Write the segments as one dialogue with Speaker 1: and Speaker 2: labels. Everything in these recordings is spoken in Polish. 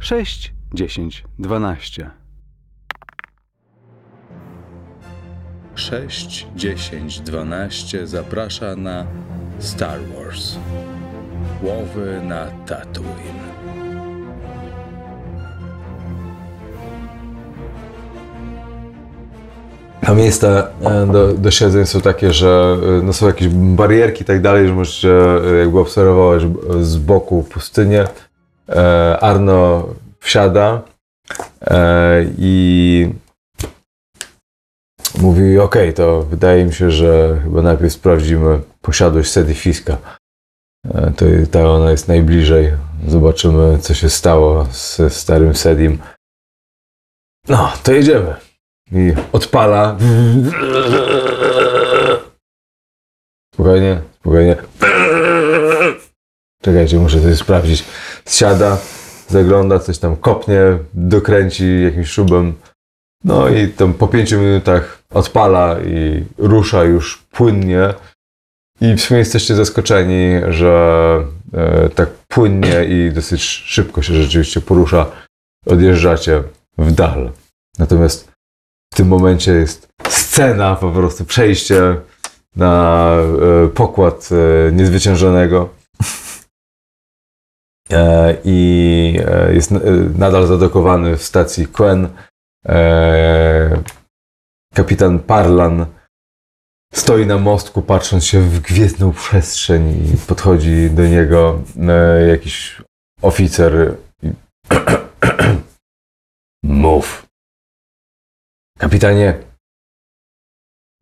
Speaker 1: 6, 10, 12.
Speaker 2: 6, 10, 12 zaprasza na Star Wars. Łowy na Tatooine.
Speaker 3: A miejsca e, do, do siedzeń są takie, że e, no są jakieś barierki i tak dalej, że możesz e, jakby obserwować e, z boku pustynię. E, Arno wsiada e, i mówi, okej, to wydaje mi się, że chyba najpierw sprawdzimy posiadłość Sedy Fiska. E, to i ta ona jest najbliżej. Zobaczymy, co się stało ze starym Sedim. No, to jedziemy i odpala. Spokojnie, spokojnie. Czekajcie, muszę coś sprawdzić. Siada, zagląda, coś tam kopnie, dokręci jakimś szubem. No i tam po pięciu minutach odpala i rusza już płynnie. I w sumie jesteście zaskoczeni, że e, tak płynnie i dosyć szybko się rzeczywiście porusza. Odjeżdżacie w dal. Natomiast w tym momencie jest scena, po prostu przejście na e, pokład e, niezwyciężonego. E, I e, jest n- e, nadal zadokowany w stacji Quen. E, kapitan Parlan stoi na mostku, patrząc się w gwiezdną przestrzeń i podchodzi do niego e, jakiś oficer. I... Mów. Kapitanie,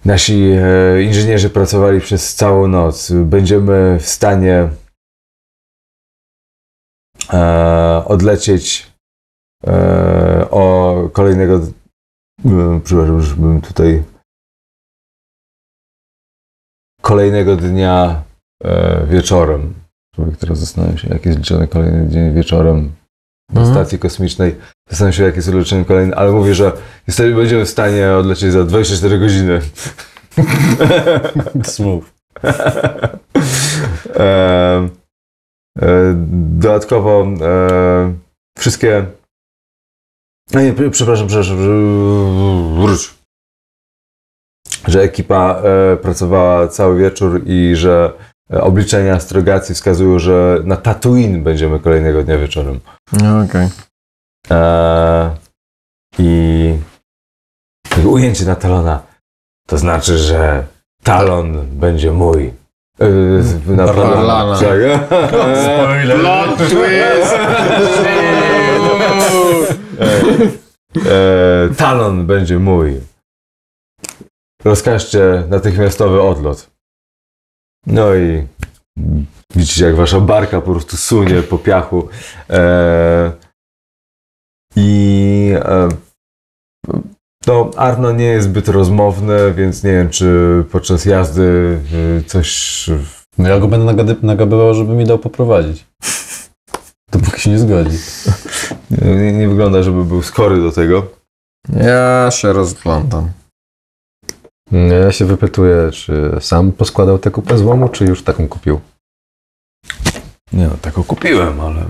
Speaker 3: nasi e, inżynierzy pracowali przez całą noc. Będziemy w stanie e, odlecieć e, o kolejnego. E, przepraszam, żebym tutaj. Kolejnego dnia e, wieczorem. Człowiek teraz zastanawia się, jak jest liczony kolejny dzień wieczorem na
Speaker 2: Mhm.
Speaker 3: stacji kosmicznej. Zastanawiam się, jak jest leczenie kolejne, ale mówię, że jesteśmy, będziemy w stanie odlecieć za 24 godziny.
Speaker 4: Smooth.
Speaker 3: e, e, dodatkowo e, wszystkie. A nie, pr- przepraszam, przepraszam. że- Wróć. Że ekipa e, pracowała cały wieczór i że e, obliczenia astrogacji wskazują, że na Tatooine będziemy kolejnego dnia wieczorem.
Speaker 4: No, Okej.
Speaker 3: Eee, I takie ujęcie na Talona. To znaczy, że Talon będzie mój. Eee, na
Speaker 4: Parlana.
Speaker 3: Tak. Eee,
Speaker 4: Spoiler!
Speaker 3: eee, Talon E, będzie mój. Rozkażcie natychmiastowy odlot. No i widzicie, jak wasza barka po prostu sunie po piachu. Eee, I e, no, Arno nie jest zbyt rozmowny, więc nie wiem, czy podczas jazdy y, coś.
Speaker 4: No ja go będę nagady- nagabywał, żeby mi dał poprowadzić. Dopóki się nie zgodzi.
Speaker 3: Nie, nie wygląda, żeby był skory do tego.
Speaker 5: Ja się rozglądam. Ja się wypytuję, czy sam poskładał tę kupę złomu, czy już taką kupił?
Speaker 3: Nie no, taką kupiłem, ale.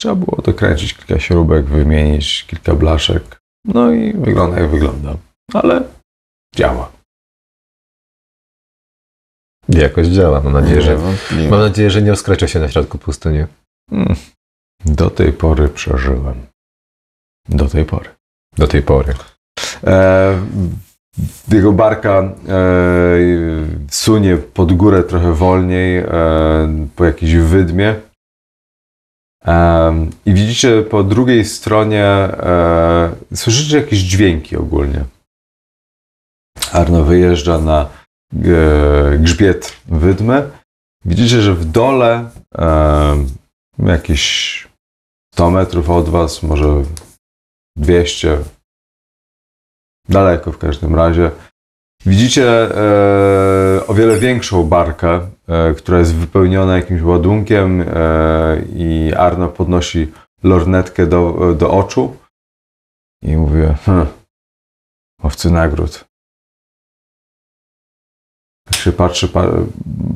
Speaker 3: Trzeba było dokręcić kilka śrubek, wymienić kilka blaszek. No i wygląda jak wygląda. Ale działa.
Speaker 5: Jakoś działa, mam nadzieję, że...
Speaker 4: wątpliwie.
Speaker 5: Mam nadzieję, że nie oskracza się na środku pustyni.
Speaker 3: Hmm. Do tej pory przeżyłem. Do tej pory.
Speaker 5: Do tej pory.
Speaker 3: E, jego barka e, sunie pod górę trochę wolniej e, po jakiejś wydmie. E, I widzicie po drugiej stronie, e, słyszycie jakieś dźwięki ogólnie. Arno wyjeżdża na e, grzbiet wydmy. Widzicie, że w dole e, jakieś 100 metrów od was, może 200, daleko w każdym razie. Widzicie e, o wiele większą barkę, e, która jest wypełniona jakimś ładunkiem e, i Arno podnosi lornetkę do, do oczu i mówi hm, owcy nagród. Tak się patrzy, pa,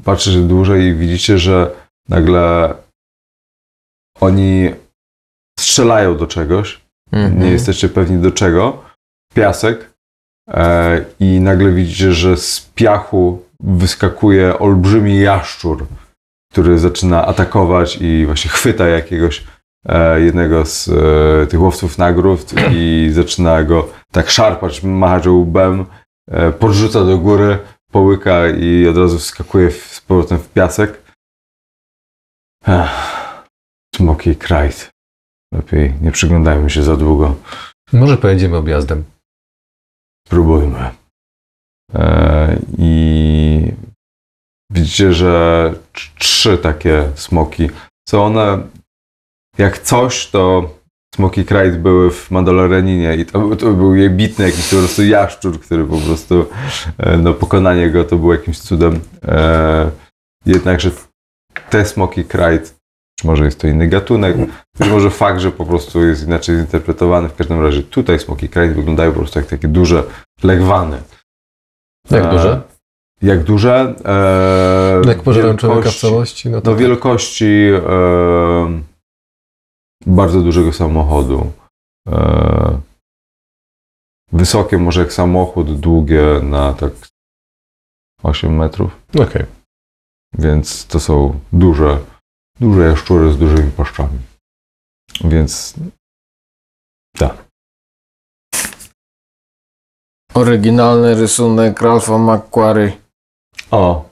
Speaker 3: patrzy dłużej i widzicie, że nagle oni strzelają do czegoś,
Speaker 6: Mhm.
Speaker 3: nie jesteście pewni do czego, piasek e, i nagle widzicie, że z piachu wyskakuje olbrzymi jaszczur, który zaczyna atakować i właśnie chwyta jakiegoś e, jednego z e, tych łowców nagród i zaczyna go tak szarpać, machać łbem, e, podrzuca do góry, połyka i od razu wskakuje w, z powrotem w piasek. Ech, smoki krajt. Lepiej nie przyglądajmy się za długo.
Speaker 5: Może pojedziemy objazdem.
Speaker 3: Spróbujmy. E, I widzicie, że tr- trzy takie smoki. Są one, jak coś, to smoki Krajt były w Mandaloreninie i to, to był jej bitny jakiś po prostu jaszczur, który po prostu, e, no pokonanie go to było jakimś cudem. E, jednakże te smoki Krajt, czy może jest to inny gatunek, być może fakt, że po prostu jest inaczej zinterpretowany. W każdym razie tutaj smoki krajt wyglądają po prostu jak takie duże legwany.
Speaker 5: Jak
Speaker 3: E,
Speaker 5: duże?
Speaker 3: Jak duże? E,
Speaker 5: Jak pożerałem człowieka w
Speaker 3: wielkości-
Speaker 5: całości, no to
Speaker 3: Do wielkości e, bardzo dużego samochodu. E, wysokie może jak samochód, długie na tak 8 metrów.
Speaker 5: okej.
Speaker 3: Więc to są duże, duże jaszczury z dużymi paszczami. Więc
Speaker 6: Oryginalny rysunek Ralpha McQuarrie.
Speaker 3: o,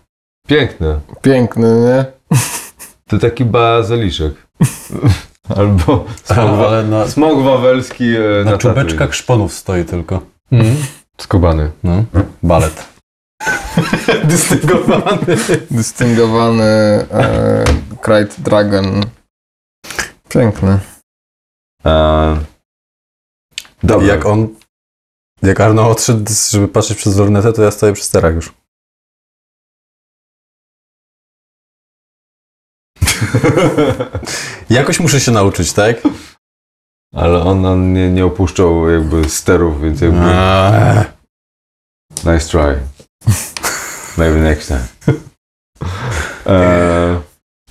Speaker 3: piękne.
Speaker 6: Piękny, nie?
Speaker 3: To taki bazyliszek. Albo smog, wa-
Speaker 4: Ale na,
Speaker 3: smog wawelski e, na,
Speaker 4: na Mhm.
Speaker 3: Tatooine.
Speaker 4: czubeczkach szponów stoi tylko.
Speaker 5: Skubany.
Speaker 4: No. Balet.
Speaker 3: dystyngowany.
Speaker 6: Dystyngowany e, Krajt Dragon. Piękny.
Speaker 3: E, dobra.
Speaker 4: Jak on... Jak Arno odszedł, żeby patrzeć przez lornetę, to ja stoję przy sterach już. Jakoś muszę się nauczyć, tak?
Speaker 3: Ale on, on nie, nie opuszczał jakby sterów, więc jakby
Speaker 4: Eee.
Speaker 3: nice try. Maybe next time. E,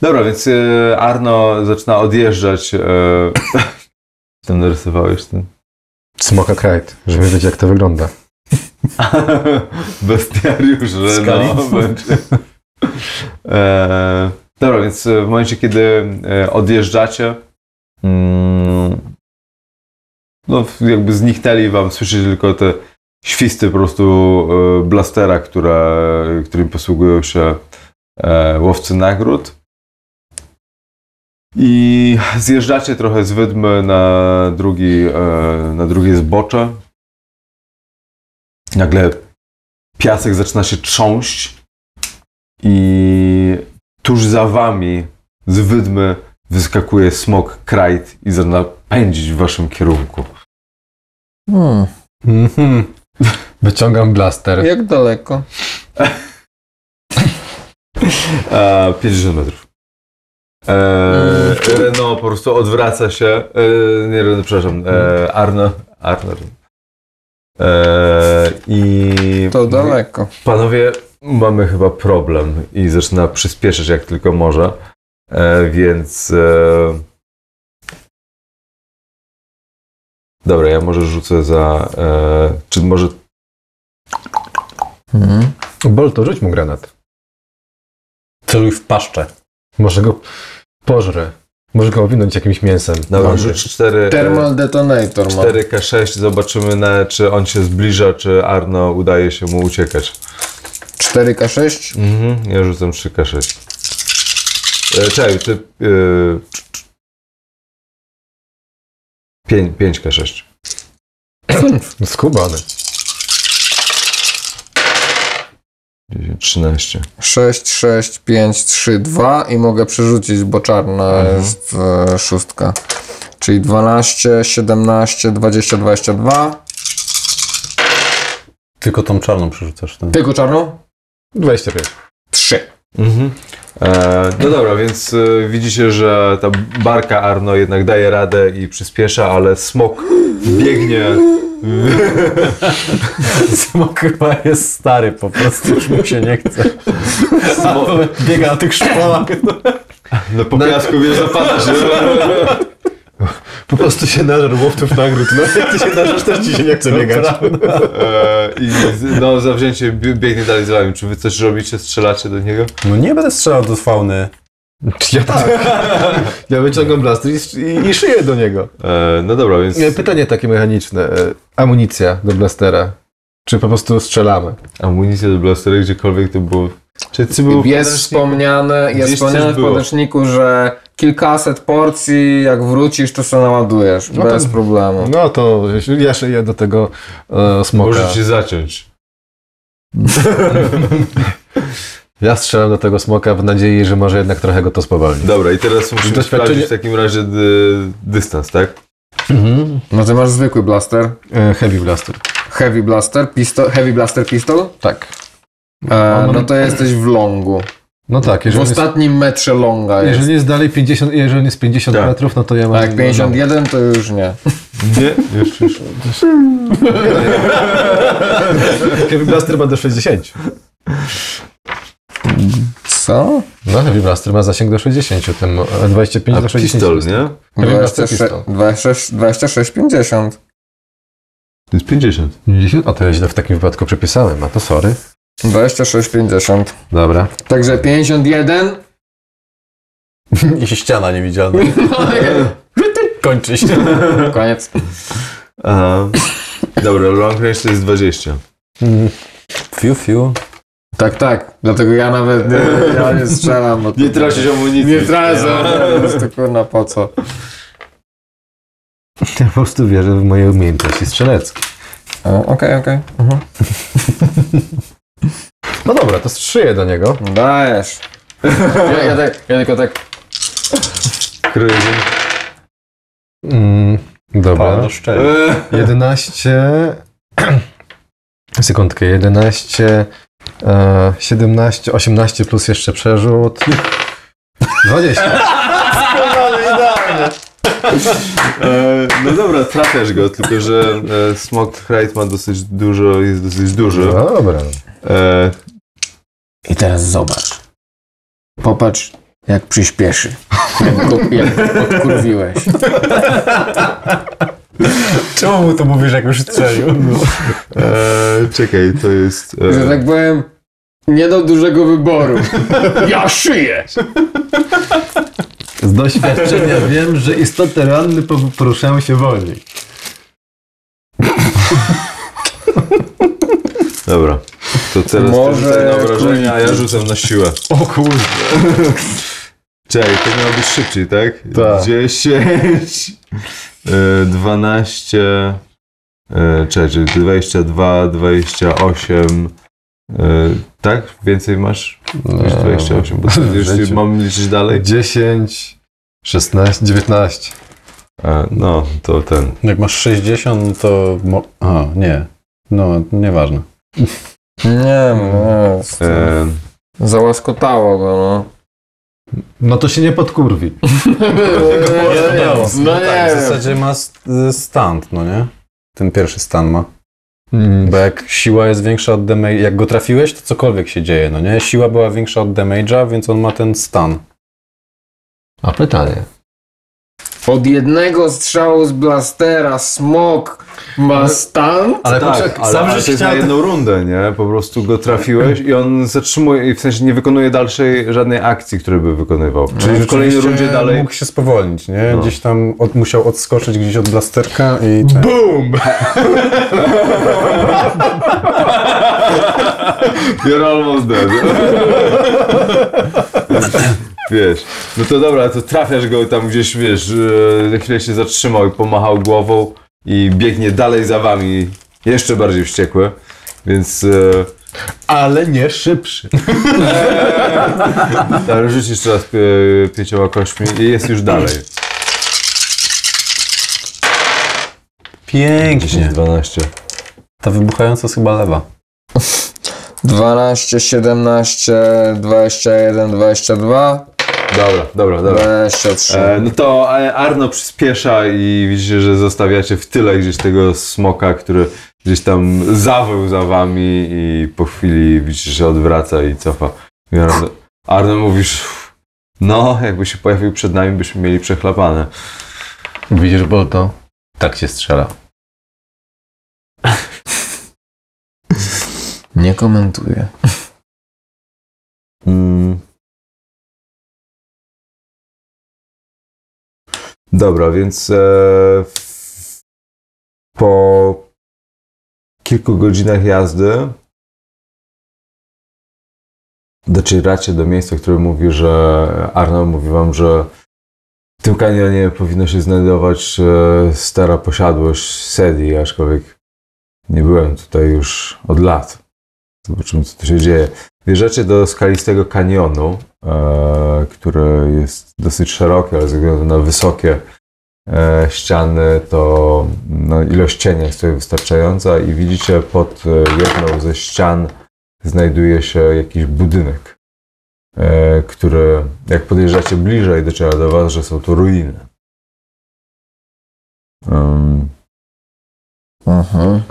Speaker 3: dobra, więc e, Arno zaczyna odjeżdżać. E, ten narysowałeś ten?
Speaker 5: Smoka Krajt, żeby wiedzieć jak to wygląda.
Speaker 3: Bestiariusz, że
Speaker 4: Skali?
Speaker 3: no, będzie. E, dobra, więc w momencie, kiedy e, odjeżdżacie, mm, no jakby zniknęli wam, słyszycie tylko te świsty po prostu e, blastera, które, którym posługują się e, łowcy nagród. I zjeżdżacie trochę z wydmy na, drugi, e, na drugie zbocze. Nagle piasek zaczyna się trząść i tuż za wami z wydmy wyskakuje smok krajt i zaczyna pędzić w waszym kierunku.
Speaker 6: Hmm,
Speaker 5: Mhm. Wyciągam blaster.
Speaker 6: jak daleko?
Speaker 3: E, 50 metrów. E, Reno po prostu odwraca się. E, nie Reno, przepraszam. E, Arno. Arno. E, I
Speaker 6: To daleko.
Speaker 3: Panowie, mamy chyba problem i zaczyna przyspieszyć jak tylko może, e, więc... E... Dobra, ja może rzucę za... E, czy może...
Speaker 6: Mhm.
Speaker 5: Bol, to rzuć mu granat.
Speaker 4: Celuj w paszczę.
Speaker 5: Może go pożrę. Może go owinąć jakimś mięsem.
Speaker 4: No,
Speaker 3: Dobra,
Speaker 5: Dobrze.
Speaker 3: rzuć 4...
Speaker 6: Thermal detonator ma.
Speaker 3: 4K6, zobaczymy na, czy on się zbliża, czy Arno udaje się mu uciekać.
Speaker 6: 4K6?
Speaker 3: Mhm, ja rzucam 3K6. E, czekaj, ty... E, 5, 5K6.
Speaker 5: No, Skubany.
Speaker 3: 10, 13.
Speaker 6: 6, 6, 5, 3, 2 i mogę przerzucić, bo czarna
Speaker 5: Mhm.
Speaker 6: jest e, szóstka. Czyli 12, 17, 20, 22.
Speaker 4: Tylko tą czarną przerzucasz. tak? Ten.
Speaker 6: Tylko czarną?
Speaker 5: 25.
Speaker 6: 3.
Speaker 3: Mhm. E, no dobra, więc e, widzicie, że ta barka Arno jednak daje radę i przyspiesza, ale smok biegnie.
Speaker 4: Smok chyba jest stary, po prostu już mu się nie chce. Smok biega na tych szponach.
Speaker 3: No po piasku wiesz, zapada się.
Speaker 5: Po prostu się nażar łowców nagród. No jak ty się nażarz, też ci się nie chce biegać.
Speaker 3: E, I z- no, zawzięcie bie- biegnie dalej za wami. Czy wy coś robicie, strzelacie do niego?
Speaker 4: No nie będę strzelał do fauny.
Speaker 5: Ja tak. Ja wyciągam blaster i, i, i szyję do niego.
Speaker 3: E, no dobra, więc...
Speaker 5: Nie, Pytanie takie mechaniczne. E, Amunicja do blastera. Czy po prostu strzelamy?
Speaker 3: Amunicja do blastera gdziekolwiek to było... Czy ty było
Speaker 6: Jest wspomniane,
Speaker 3: Gdzieś
Speaker 6: jest wspomniane
Speaker 3: coś
Speaker 6: w
Speaker 3: było.
Speaker 6: podręczniku, że kilkaset porcji, jak wrócisz, to sobie naładujesz.
Speaker 5: No
Speaker 6: bez
Speaker 5: to-
Speaker 6: problemu.
Speaker 5: No to ja szyję do tego e, smoka.
Speaker 3: Możecie zaciąć.
Speaker 5: Ja strzelam do tego smoka w nadziei, że może jednak trochę go to spowolni.
Speaker 3: Dobra, i teraz musimy
Speaker 5: Doświadczenie-
Speaker 3: sprawdzić w takim razie dy, dystans, tak?
Speaker 5: Mhm.
Speaker 6: No ty masz zwykły blaster.
Speaker 5: E, heavy blaster.
Speaker 6: Heavy blaster, pistol, heavy blaster pistol.
Speaker 5: Tak.
Speaker 6: E,
Speaker 5: On ma-
Speaker 6: no to jesteś w longu.
Speaker 5: No tak,
Speaker 6: W
Speaker 5: jeżeli,
Speaker 6: ostatnim metrze longa
Speaker 5: jest,
Speaker 6: jest.
Speaker 5: jeżeli jest dalej 50, jeżeli jest 50
Speaker 3: Tak.
Speaker 5: metrów, no to ja mam...
Speaker 6: A jak 51 to już nie.
Speaker 3: Nie? Już, już.
Speaker 5: Heavy blaster ma do 60.
Speaker 6: Co?
Speaker 5: No heavy blaster ma zasięg do 60, ten e, 25
Speaker 3: A
Speaker 5: do 60.
Speaker 3: pistol, nie?
Speaker 5: Heavy blaster
Speaker 6: 26,
Speaker 5: pistol.
Speaker 6: 26, 26, 50.
Speaker 3: To jest 50.
Speaker 5: 50? A to ja źle w takim wypadku przepisałem, a to sorry.
Speaker 6: 26, 50.
Speaker 5: Dobra.
Speaker 6: Także 51.
Speaker 4: I ściana niewidzialna. Kończy się.
Speaker 6: Koniec.
Speaker 3: Aha. Dobra, long range to jest 20.
Speaker 4: Fiu, fiu.
Speaker 6: Tak, tak. Dlatego ja nawet nie, ja nie strzelam. Bo to-
Speaker 3: Nie tracisz amunicji.
Speaker 6: Nie tracę. Po prostu kurna po co.
Speaker 5: Ja po prostu wierzę w moje umiejętności strzeleckie.
Speaker 6: O, Okej, okej. Mhm.
Speaker 5: No dobra, to strzyję do niego.
Speaker 6: Dajesz. Ja, ja, tak, ja tylko tak.
Speaker 3: Kryzyn.
Speaker 5: Mm, dobra.
Speaker 3: Tak.
Speaker 4: szczęście.
Speaker 3: E,
Speaker 5: 11. Sekundkę, 11, e, 17, 18 plus jeszcze przerzut. 20.
Speaker 3: E, no dobra, trafiasz go, tylko że e, smog height ma dosyć dużo, jest dosyć duży.
Speaker 5: Dobra.
Speaker 3: E,
Speaker 6: I teraz zobacz. Popatrz, jak przyspieszy. Jak go, jak go podkurwiłeś.
Speaker 4: Czemu mu to mówisz, jak już strzelił?
Speaker 3: e, czekaj, to jest...
Speaker 6: Że
Speaker 3: E,
Speaker 6: tak powiem, nie do dużego wyboru. Ja szyję!
Speaker 5: Z doświadczenia wiem, że istoty ranny po- poruszają się wolniej.
Speaker 3: dobra. To teraz
Speaker 6: Może
Speaker 3: Może... na obrażenia, a ja rzucam na siłę.
Speaker 5: O kurde.
Speaker 3: Czekaj, to miało być szybciej, tak?
Speaker 5: Tak.
Speaker 3: 10, e, 12, e, czekaj, 22, 28, e, tak? Więcej masz
Speaker 5: No. Tak.
Speaker 3: niż 28, bo to
Speaker 5: w
Speaker 3: już
Speaker 5: życiu.
Speaker 3: mam liczyć dalej?
Speaker 5: 10, 16, 19.
Speaker 3: E, no, to ten.
Speaker 4: Jak masz 60, to... Mo- A, nie. No, nieważne.
Speaker 6: Nie, no.
Speaker 3: E,
Speaker 6: Załaskotało go, no.
Speaker 5: No to się nie podkurwi.
Speaker 6: Ja nie wiem. No
Speaker 4: tak,
Speaker 6: nie
Speaker 4: w
Speaker 6: wiem.
Speaker 4: zasadzie ma st- stand, no nie? Ten pierwszy stan ma.
Speaker 5: Mm.
Speaker 4: Bo jak siła jest większa od damage, jak go trafiłeś, to cokolwiek się dzieje, no nie? Siła była większa od damage'a, więc on ma ten stan.
Speaker 5: A pytanie.
Speaker 6: Od jednego strzału z blastera smok ma stan?
Speaker 5: Ale
Speaker 3: tak,
Speaker 5: poczekaj,
Speaker 3: ale,
Speaker 5: sam
Speaker 3: ale
Speaker 5: żeś
Speaker 3: to jest na
Speaker 5: chciał-
Speaker 3: jedną rundę, nie? Po prostu go trafiłeś i on zatrzymuje, i w sensie nie wykonuje dalszej żadnej akcji, której by wykonywał.
Speaker 5: No,
Speaker 3: Czyli w kolejnej
Speaker 4: Oczywiście
Speaker 3: rundzie dalej...
Speaker 4: Mógł się spowolnić, nie?
Speaker 3: No.
Speaker 4: Gdzieś tam od, musiał odskoczyć gdzieś od blasterka i... tak. Ten.
Speaker 3: You're almost dead. Wiesz, no to dobra, to trafiasz go tam gdzieś, wiesz, e, na chwilę się zatrzymał i pomachał głową i biegnie dalej za wami, jeszcze bardziej wściekły, więc... e,
Speaker 5: Ale nie szybszy.
Speaker 3: Eee, rzuć jeszcze raz e, pięcioma kośćmi i jest już dalej.
Speaker 4: Pięknie.
Speaker 3: 12.
Speaker 4: Ta wybuchająca jest chyba lewa.
Speaker 6: 12, 17, 21, 22,
Speaker 3: Dobra, dobra, dobra.
Speaker 6: 23.
Speaker 3: E, no to e, Arno przyspiesza i widzicie, że zostawiacie w tyle gdzieś tego smoka, który gdzieś tam zawył za wami i po chwili widzicie, że odwraca i cofa. I Arno, Arno mówisz, no jakby się pojawił przed nami, byśmy mieli przechlapane.
Speaker 5: Widzisz, Bolto? Tak się strzela.
Speaker 6: Nie komentuję.
Speaker 3: Mm. Dobra, więc e, f- po kilku godzinach jazdy docieracie do miejsca, które mówi, że Arno mówi wam, że w tym kanionie powinno się znajdować e, stara posiadłość Sedi, aczkolwiek nie byłem tutaj już od lat. Zobaczymy, co tu się dzieje. Wjeżdżacie do skalistego kanionu, e, które jest dosyć szerokie, ale ze względu na wysokie e, ściany, to no, ilość cienia jest tutaj wystarczająca i widzicie pod e, jedną ze ścian znajduje się jakiś budynek, e, który jak podjeżdżacie bliżej dociera do was, że są to ruiny. Em,
Speaker 6: Mhm.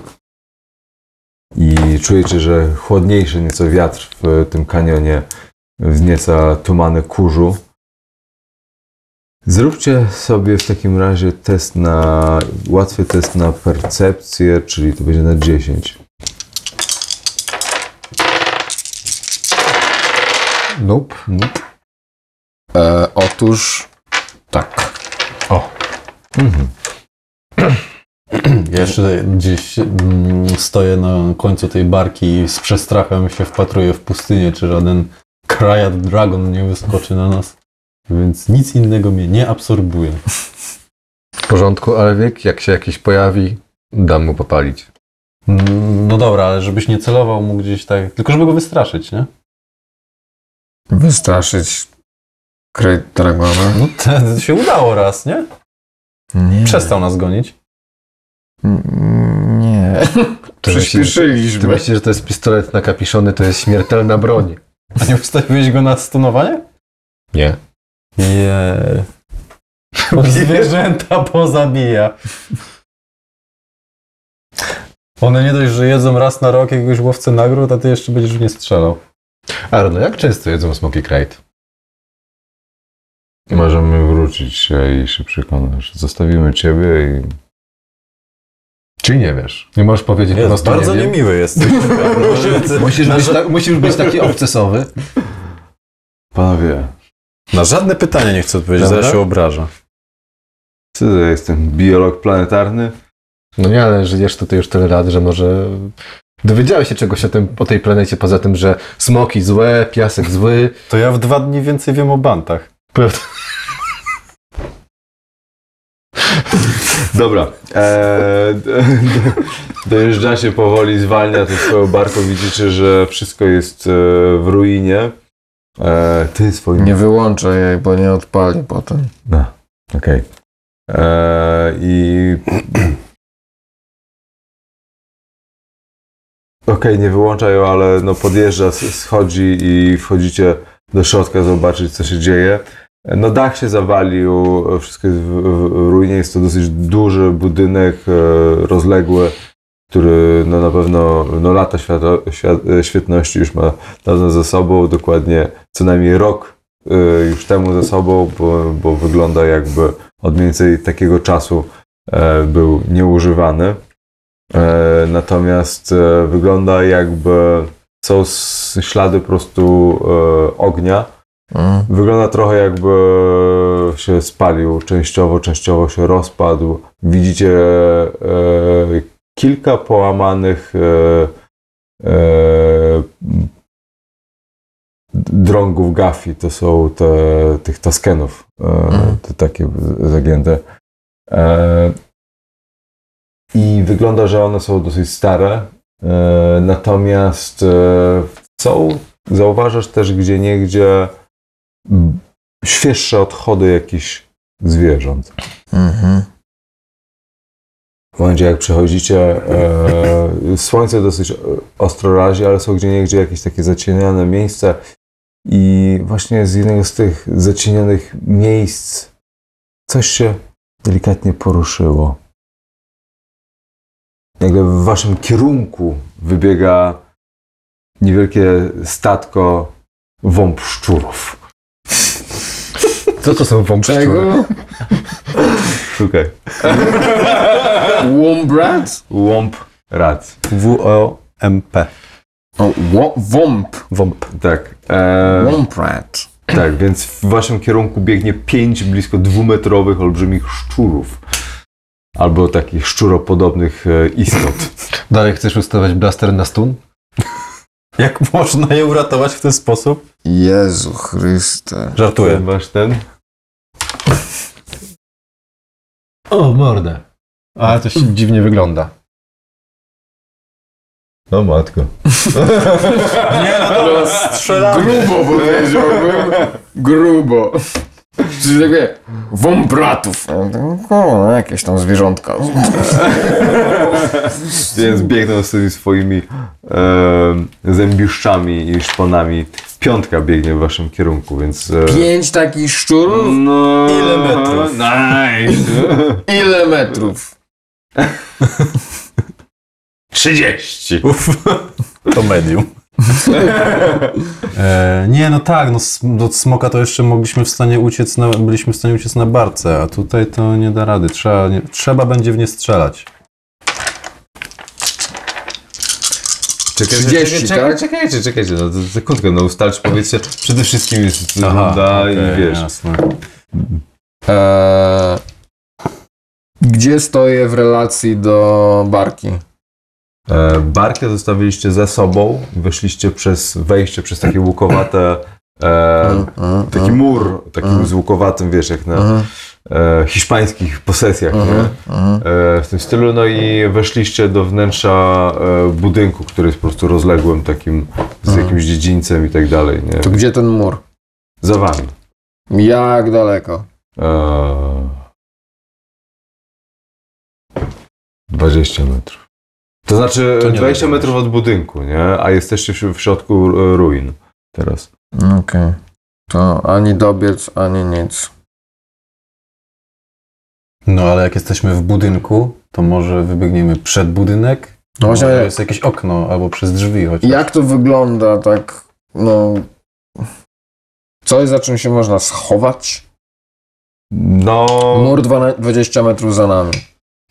Speaker 3: i czujecie, że chłodniejszy nieco wiatr w tym kanionie wznieca tumany kurzu. Zróbcie sobie w takim razie test na, łatwy test na percepcję, czyli to będzie na 10.
Speaker 5: Nope. nope.
Speaker 6: E, otóż tak.
Speaker 4: Hmm, Ja jeszcze gdzieś mm, stoję na końcu tej barki i z przestrachem się wpatruję w pustynię, czy żaden Krajat Dragon nie wyskoczy na nas. Więc nic innego mnie nie absorbuje.
Speaker 5: W porządku, ale wiek, jak się jakiś pojawi, dam mu popalić.
Speaker 4: Mm, No dobra, ale żebyś nie celował mu gdzieś tak. Tylko żeby go wystraszyć, nie?
Speaker 6: Wystraszyć Great Dragona?
Speaker 4: No to się udało raz, nie?
Speaker 6: Nie.
Speaker 4: Przestał nas gonić.
Speaker 6: Mm, Nie.
Speaker 5: Ty myślisz, ty
Speaker 6: Przyspieszyliśmy.
Speaker 5: myślisz, że to jest pistolet nakapiszony, to jest śmiertelna broń.
Speaker 4: A nie wstawiłeś go na stunowanie?
Speaker 5: Nie.
Speaker 4: Nie. Bo zwierzęta pozabija. One nie dość, że jedzą raz na rok jakiegoś łowcę nagród, a ty jeszcze będziesz w nie strzelał.
Speaker 5: Arno, jak często jedzą smoki krajt?
Speaker 3: Możemy wrócić się i się przekonasz. Zostawimy ciebie i...
Speaker 5: Czy nie wiesz? Nie możesz powiedzieć po
Speaker 4: No,
Speaker 5: prostu nie wiem.
Speaker 4: niemiły jesteś.
Speaker 5: Musisz być, tak, musisz być taki obcesowy.
Speaker 3: Panowie,
Speaker 4: Na żadne pytanie nie chcę odpowiedzieć,
Speaker 5: Dobra.
Speaker 4: zaraz się obraża.
Speaker 3: co ja jestem? Biolog planetarny?
Speaker 5: No nie, ale żyjesz tutaj już tyle lat, że może dowiedziałeś się czegoś o, tym, o tej planecie, poza tym, że smoki złe, piasek zły.
Speaker 4: To ja w dwa dni więcej wiem o bantach.
Speaker 5: Prawda?
Speaker 3: Dobra. E, d- dojeżdżacie powoli, zwalnia tą swoją barką. Widzicie, że wszystko jest e, w ruinie. E, ty swoim.
Speaker 6: Nie wyłączę jej, bo nie odpali potem.
Speaker 3: Okej. E, I. Okej, nie wyłącza ją, ale no podjeżdża, s- schodzi i wchodzicie do środka zobaczyć, co się dzieje. No dach się zawalił, wszystko jest w, w w ruinie, jest to dosyć duży budynek, e, rozległy, który no na pewno no lata światło, świat, e, świetności już ma dawno za sobą, dokładnie co najmniej rok e, już temu za sobą, bo, bo wygląda jakby od mniej więcej takiego czasu e, był nieużywany. E, Natomiast e, wygląda jakby są s- ślady po prostu e, ognia.
Speaker 6: Mm.
Speaker 3: Wygląda trochę jakby się spalił częściowo, częściowo się rozpadł. Widzicie e, kilka połamanych e, e, drągów gafi. To są te, tych taskenów, e,
Speaker 6: Mhm.
Speaker 3: te takie zagięte. E, I wygląda, że one są dosyć stare. E, natomiast e, są, zauważasz też gdzie niegdzie świeższe odchody jakichś zwierząt.
Speaker 6: Mhm.
Speaker 3: W momencie jak przechodzicie, e, słońce dosyć e, ostro razi, ale są gdzie niegdzie jakieś takie zacienione miejsca i właśnie z jednego z tych zacienionych miejsc coś się delikatnie poruszyło. Nagle w waszym kierunku wybiega niewielkie statko wąb szczurów.
Speaker 5: Co to są wąbszczury?
Speaker 6: Czego?
Speaker 3: Szukaj.
Speaker 6: Wombrat?
Speaker 3: Łąb rat.
Speaker 4: W-O-M-P.
Speaker 6: O, No, wo- Womp.
Speaker 3: Wąb. Tak. E,
Speaker 6: Womprat.
Speaker 3: tak, więc w waszym kierunku biegnie pięć blisko dwumetrowych olbrzymich szczurów. Albo takich szczuropodobnych e, istot.
Speaker 5: Dalej chcesz ustawiać blaster na stun?
Speaker 4: Jak można je uratować w ten sposób?
Speaker 6: Jezu Chryste.
Speaker 4: Żartuję.
Speaker 3: Masz ten?
Speaker 5: O, mordę. Ale to się dziwnie wygląda.
Speaker 3: No matko.
Speaker 6: Grubo powiedziałbym. Grubo. Czyli tak wie, wombratów. O, No, jakieś tam zwierzątka.
Speaker 3: Więc biegną z tymi swoimi e, zębiszczami i szponami. Piątka biegnie w waszym kierunku, więc... E,
Speaker 6: Pięć takich szczurów?
Speaker 3: no,
Speaker 6: Ile metrów?
Speaker 3: Nice!
Speaker 6: Ile metrów?
Speaker 3: 30.
Speaker 4: To medium. e, nie, no tak, no, sm- od smoka to jeszcze mogliśmy w stanie uciec na, byliśmy w stanie uciec na barce, a tutaj to nie da rady. Trzeba, nie, trzeba będzie w nie strzelać.
Speaker 3: Czekaj,
Speaker 6: 30,
Speaker 3: czekaj,
Speaker 6: tak?
Speaker 3: czekajcie, czekajcie, no to sekundkę, no ustalcie, powiedzcie, przede wszystkim jest
Speaker 5: No
Speaker 3: to wygląda
Speaker 4: Aha,
Speaker 3: i
Speaker 4: okej,
Speaker 3: wiesz.
Speaker 4: Jasne.
Speaker 6: Eee, gdzie stoję w relacji do barki?
Speaker 3: E, barkę zostawiliście za sobą, weszliście przez wejście, przez takie łukowate, e, taki mur, takim z łukowatym, wiesz, jak na
Speaker 6: Mhm.
Speaker 3: e, hiszpańskich posesjach, nie? E, w tym stylu, no i weszliście do wnętrza e, budynku, który jest po prostu rozległym takim, z jakimś dziedzińcem i tak dalej, nie?
Speaker 6: To gdzie ten mur?
Speaker 3: Za wami.
Speaker 6: Jak daleko?
Speaker 3: Eee, 20 metrów. To znaczy
Speaker 4: To nie
Speaker 3: 20
Speaker 4: dobrze.
Speaker 3: metrów od budynku, nie? A jesteście w w środku e, ruin teraz.
Speaker 6: Okej. To ani dobiec, ani nic.
Speaker 4: No ale jak jesteśmy w budynku, to może wybiegniemy przed budynek?
Speaker 6: No właśnie,
Speaker 4: Może jest jakieś okno albo przez drzwi chociaż.
Speaker 6: jak to wygląda tak, no... Coś, za czym się można schować?
Speaker 3: No,
Speaker 6: Mur 12, 20 metrów za nami.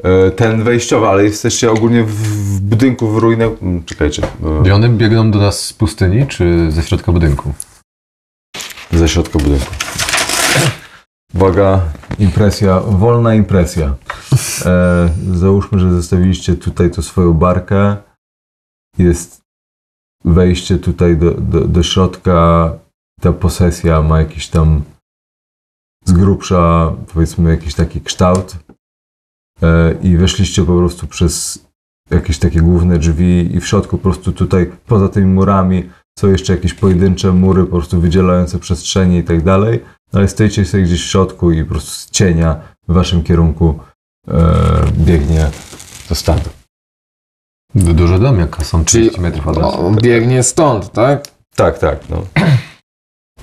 Speaker 3: e, ten wejściowy, ale jesteście ogólnie w, w budynku, w ruinach. Mm, Czekajcie,
Speaker 5: I one biegną do nas z pustyni, czy ze środka budynku?
Speaker 3: e, ze środka budynku. Uwaga, impresja, wolna impresja. E, załóżmy, że zostawiliście tutaj to swoją barkę. Jest wejście tutaj do, do, do środka. Ta posesja ma jakiś tam z grubsza, powiedzmy, jakiś taki kształt. E, I weszliście po prostu przez jakieś takie główne drzwi i w środku po prostu tutaj, poza tymi murami, są jeszcze jakieś pojedyncze mury po prostu wydzielające przestrzenie i tak dalej. No ale stoicie sobie gdzieś w środku i po prostu z cienia w waszym kierunku e, biegnie to stado.
Speaker 5: Du- Duży dom, jaka są 30 metrów od nas.
Speaker 6: O, No, biegnie stąd, tak?
Speaker 3: Tak, tak, no.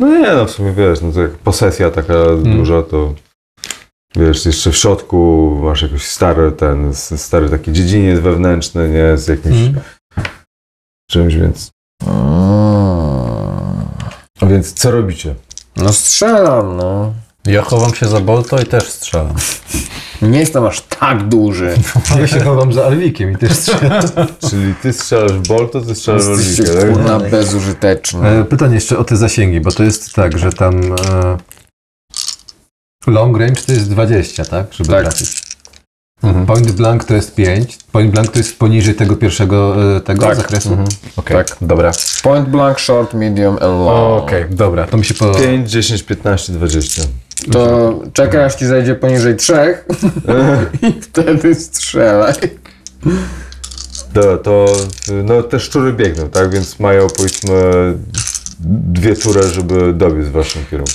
Speaker 3: No nie, no w sumie wiesz, no to jak posesja taka duża, to wiesz, jeszcze w środku masz jakiś stary ten, s- stary taki dziedziniec wewnętrzny, nie, z jakimś czymś, więc...
Speaker 6: Mm.
Speaker 3: A więc co robicie?
Speaker 6: No strzelam, no.
Speaker 4: Ja chowam się za Bolto i też strzelam.
Speaker 6: Nie jestem aż tak duży.
Speaker 5: Ja się chowam za Alwikiem i też strzelam.
Speaker 3: Czyli ty strzelasz w bolto, ty strzelasz w
Speaker 6: Jesteście
Speaker 3: rolnikę, tak?
Speaker 6: kurna bezużyteczny.
Speaker 5: E, Pytanie jeszcze o te zasięgi, bo to jest tak, że tam e, long range to jest 20, tak? Żeby
Speaker 6: Tak.
Speaker 5: trafić. Point blank to jest 5, point blank to jest poniżej tego pierwszego e, tego
Speaker 6: Tak.
Speaker 5: zakresu.
Speaker 6: Tak.
Speaker 5: dobra.
Speaker 6: Point blank, short, medium and long.
Speaker 5: Okej, dobra, to mi się podoba.
Speaker 3: 5, 10, 15, 20.
Speaker 6: To czekaj, aż ci zajdzie poniżej trzech i wtedy strzelaj.
Speaker 3: Dobra, to y, no, te szczury biegną, tak? Więc mają powiedzmy dwie tury, żeby dobiec w waszym kierunku.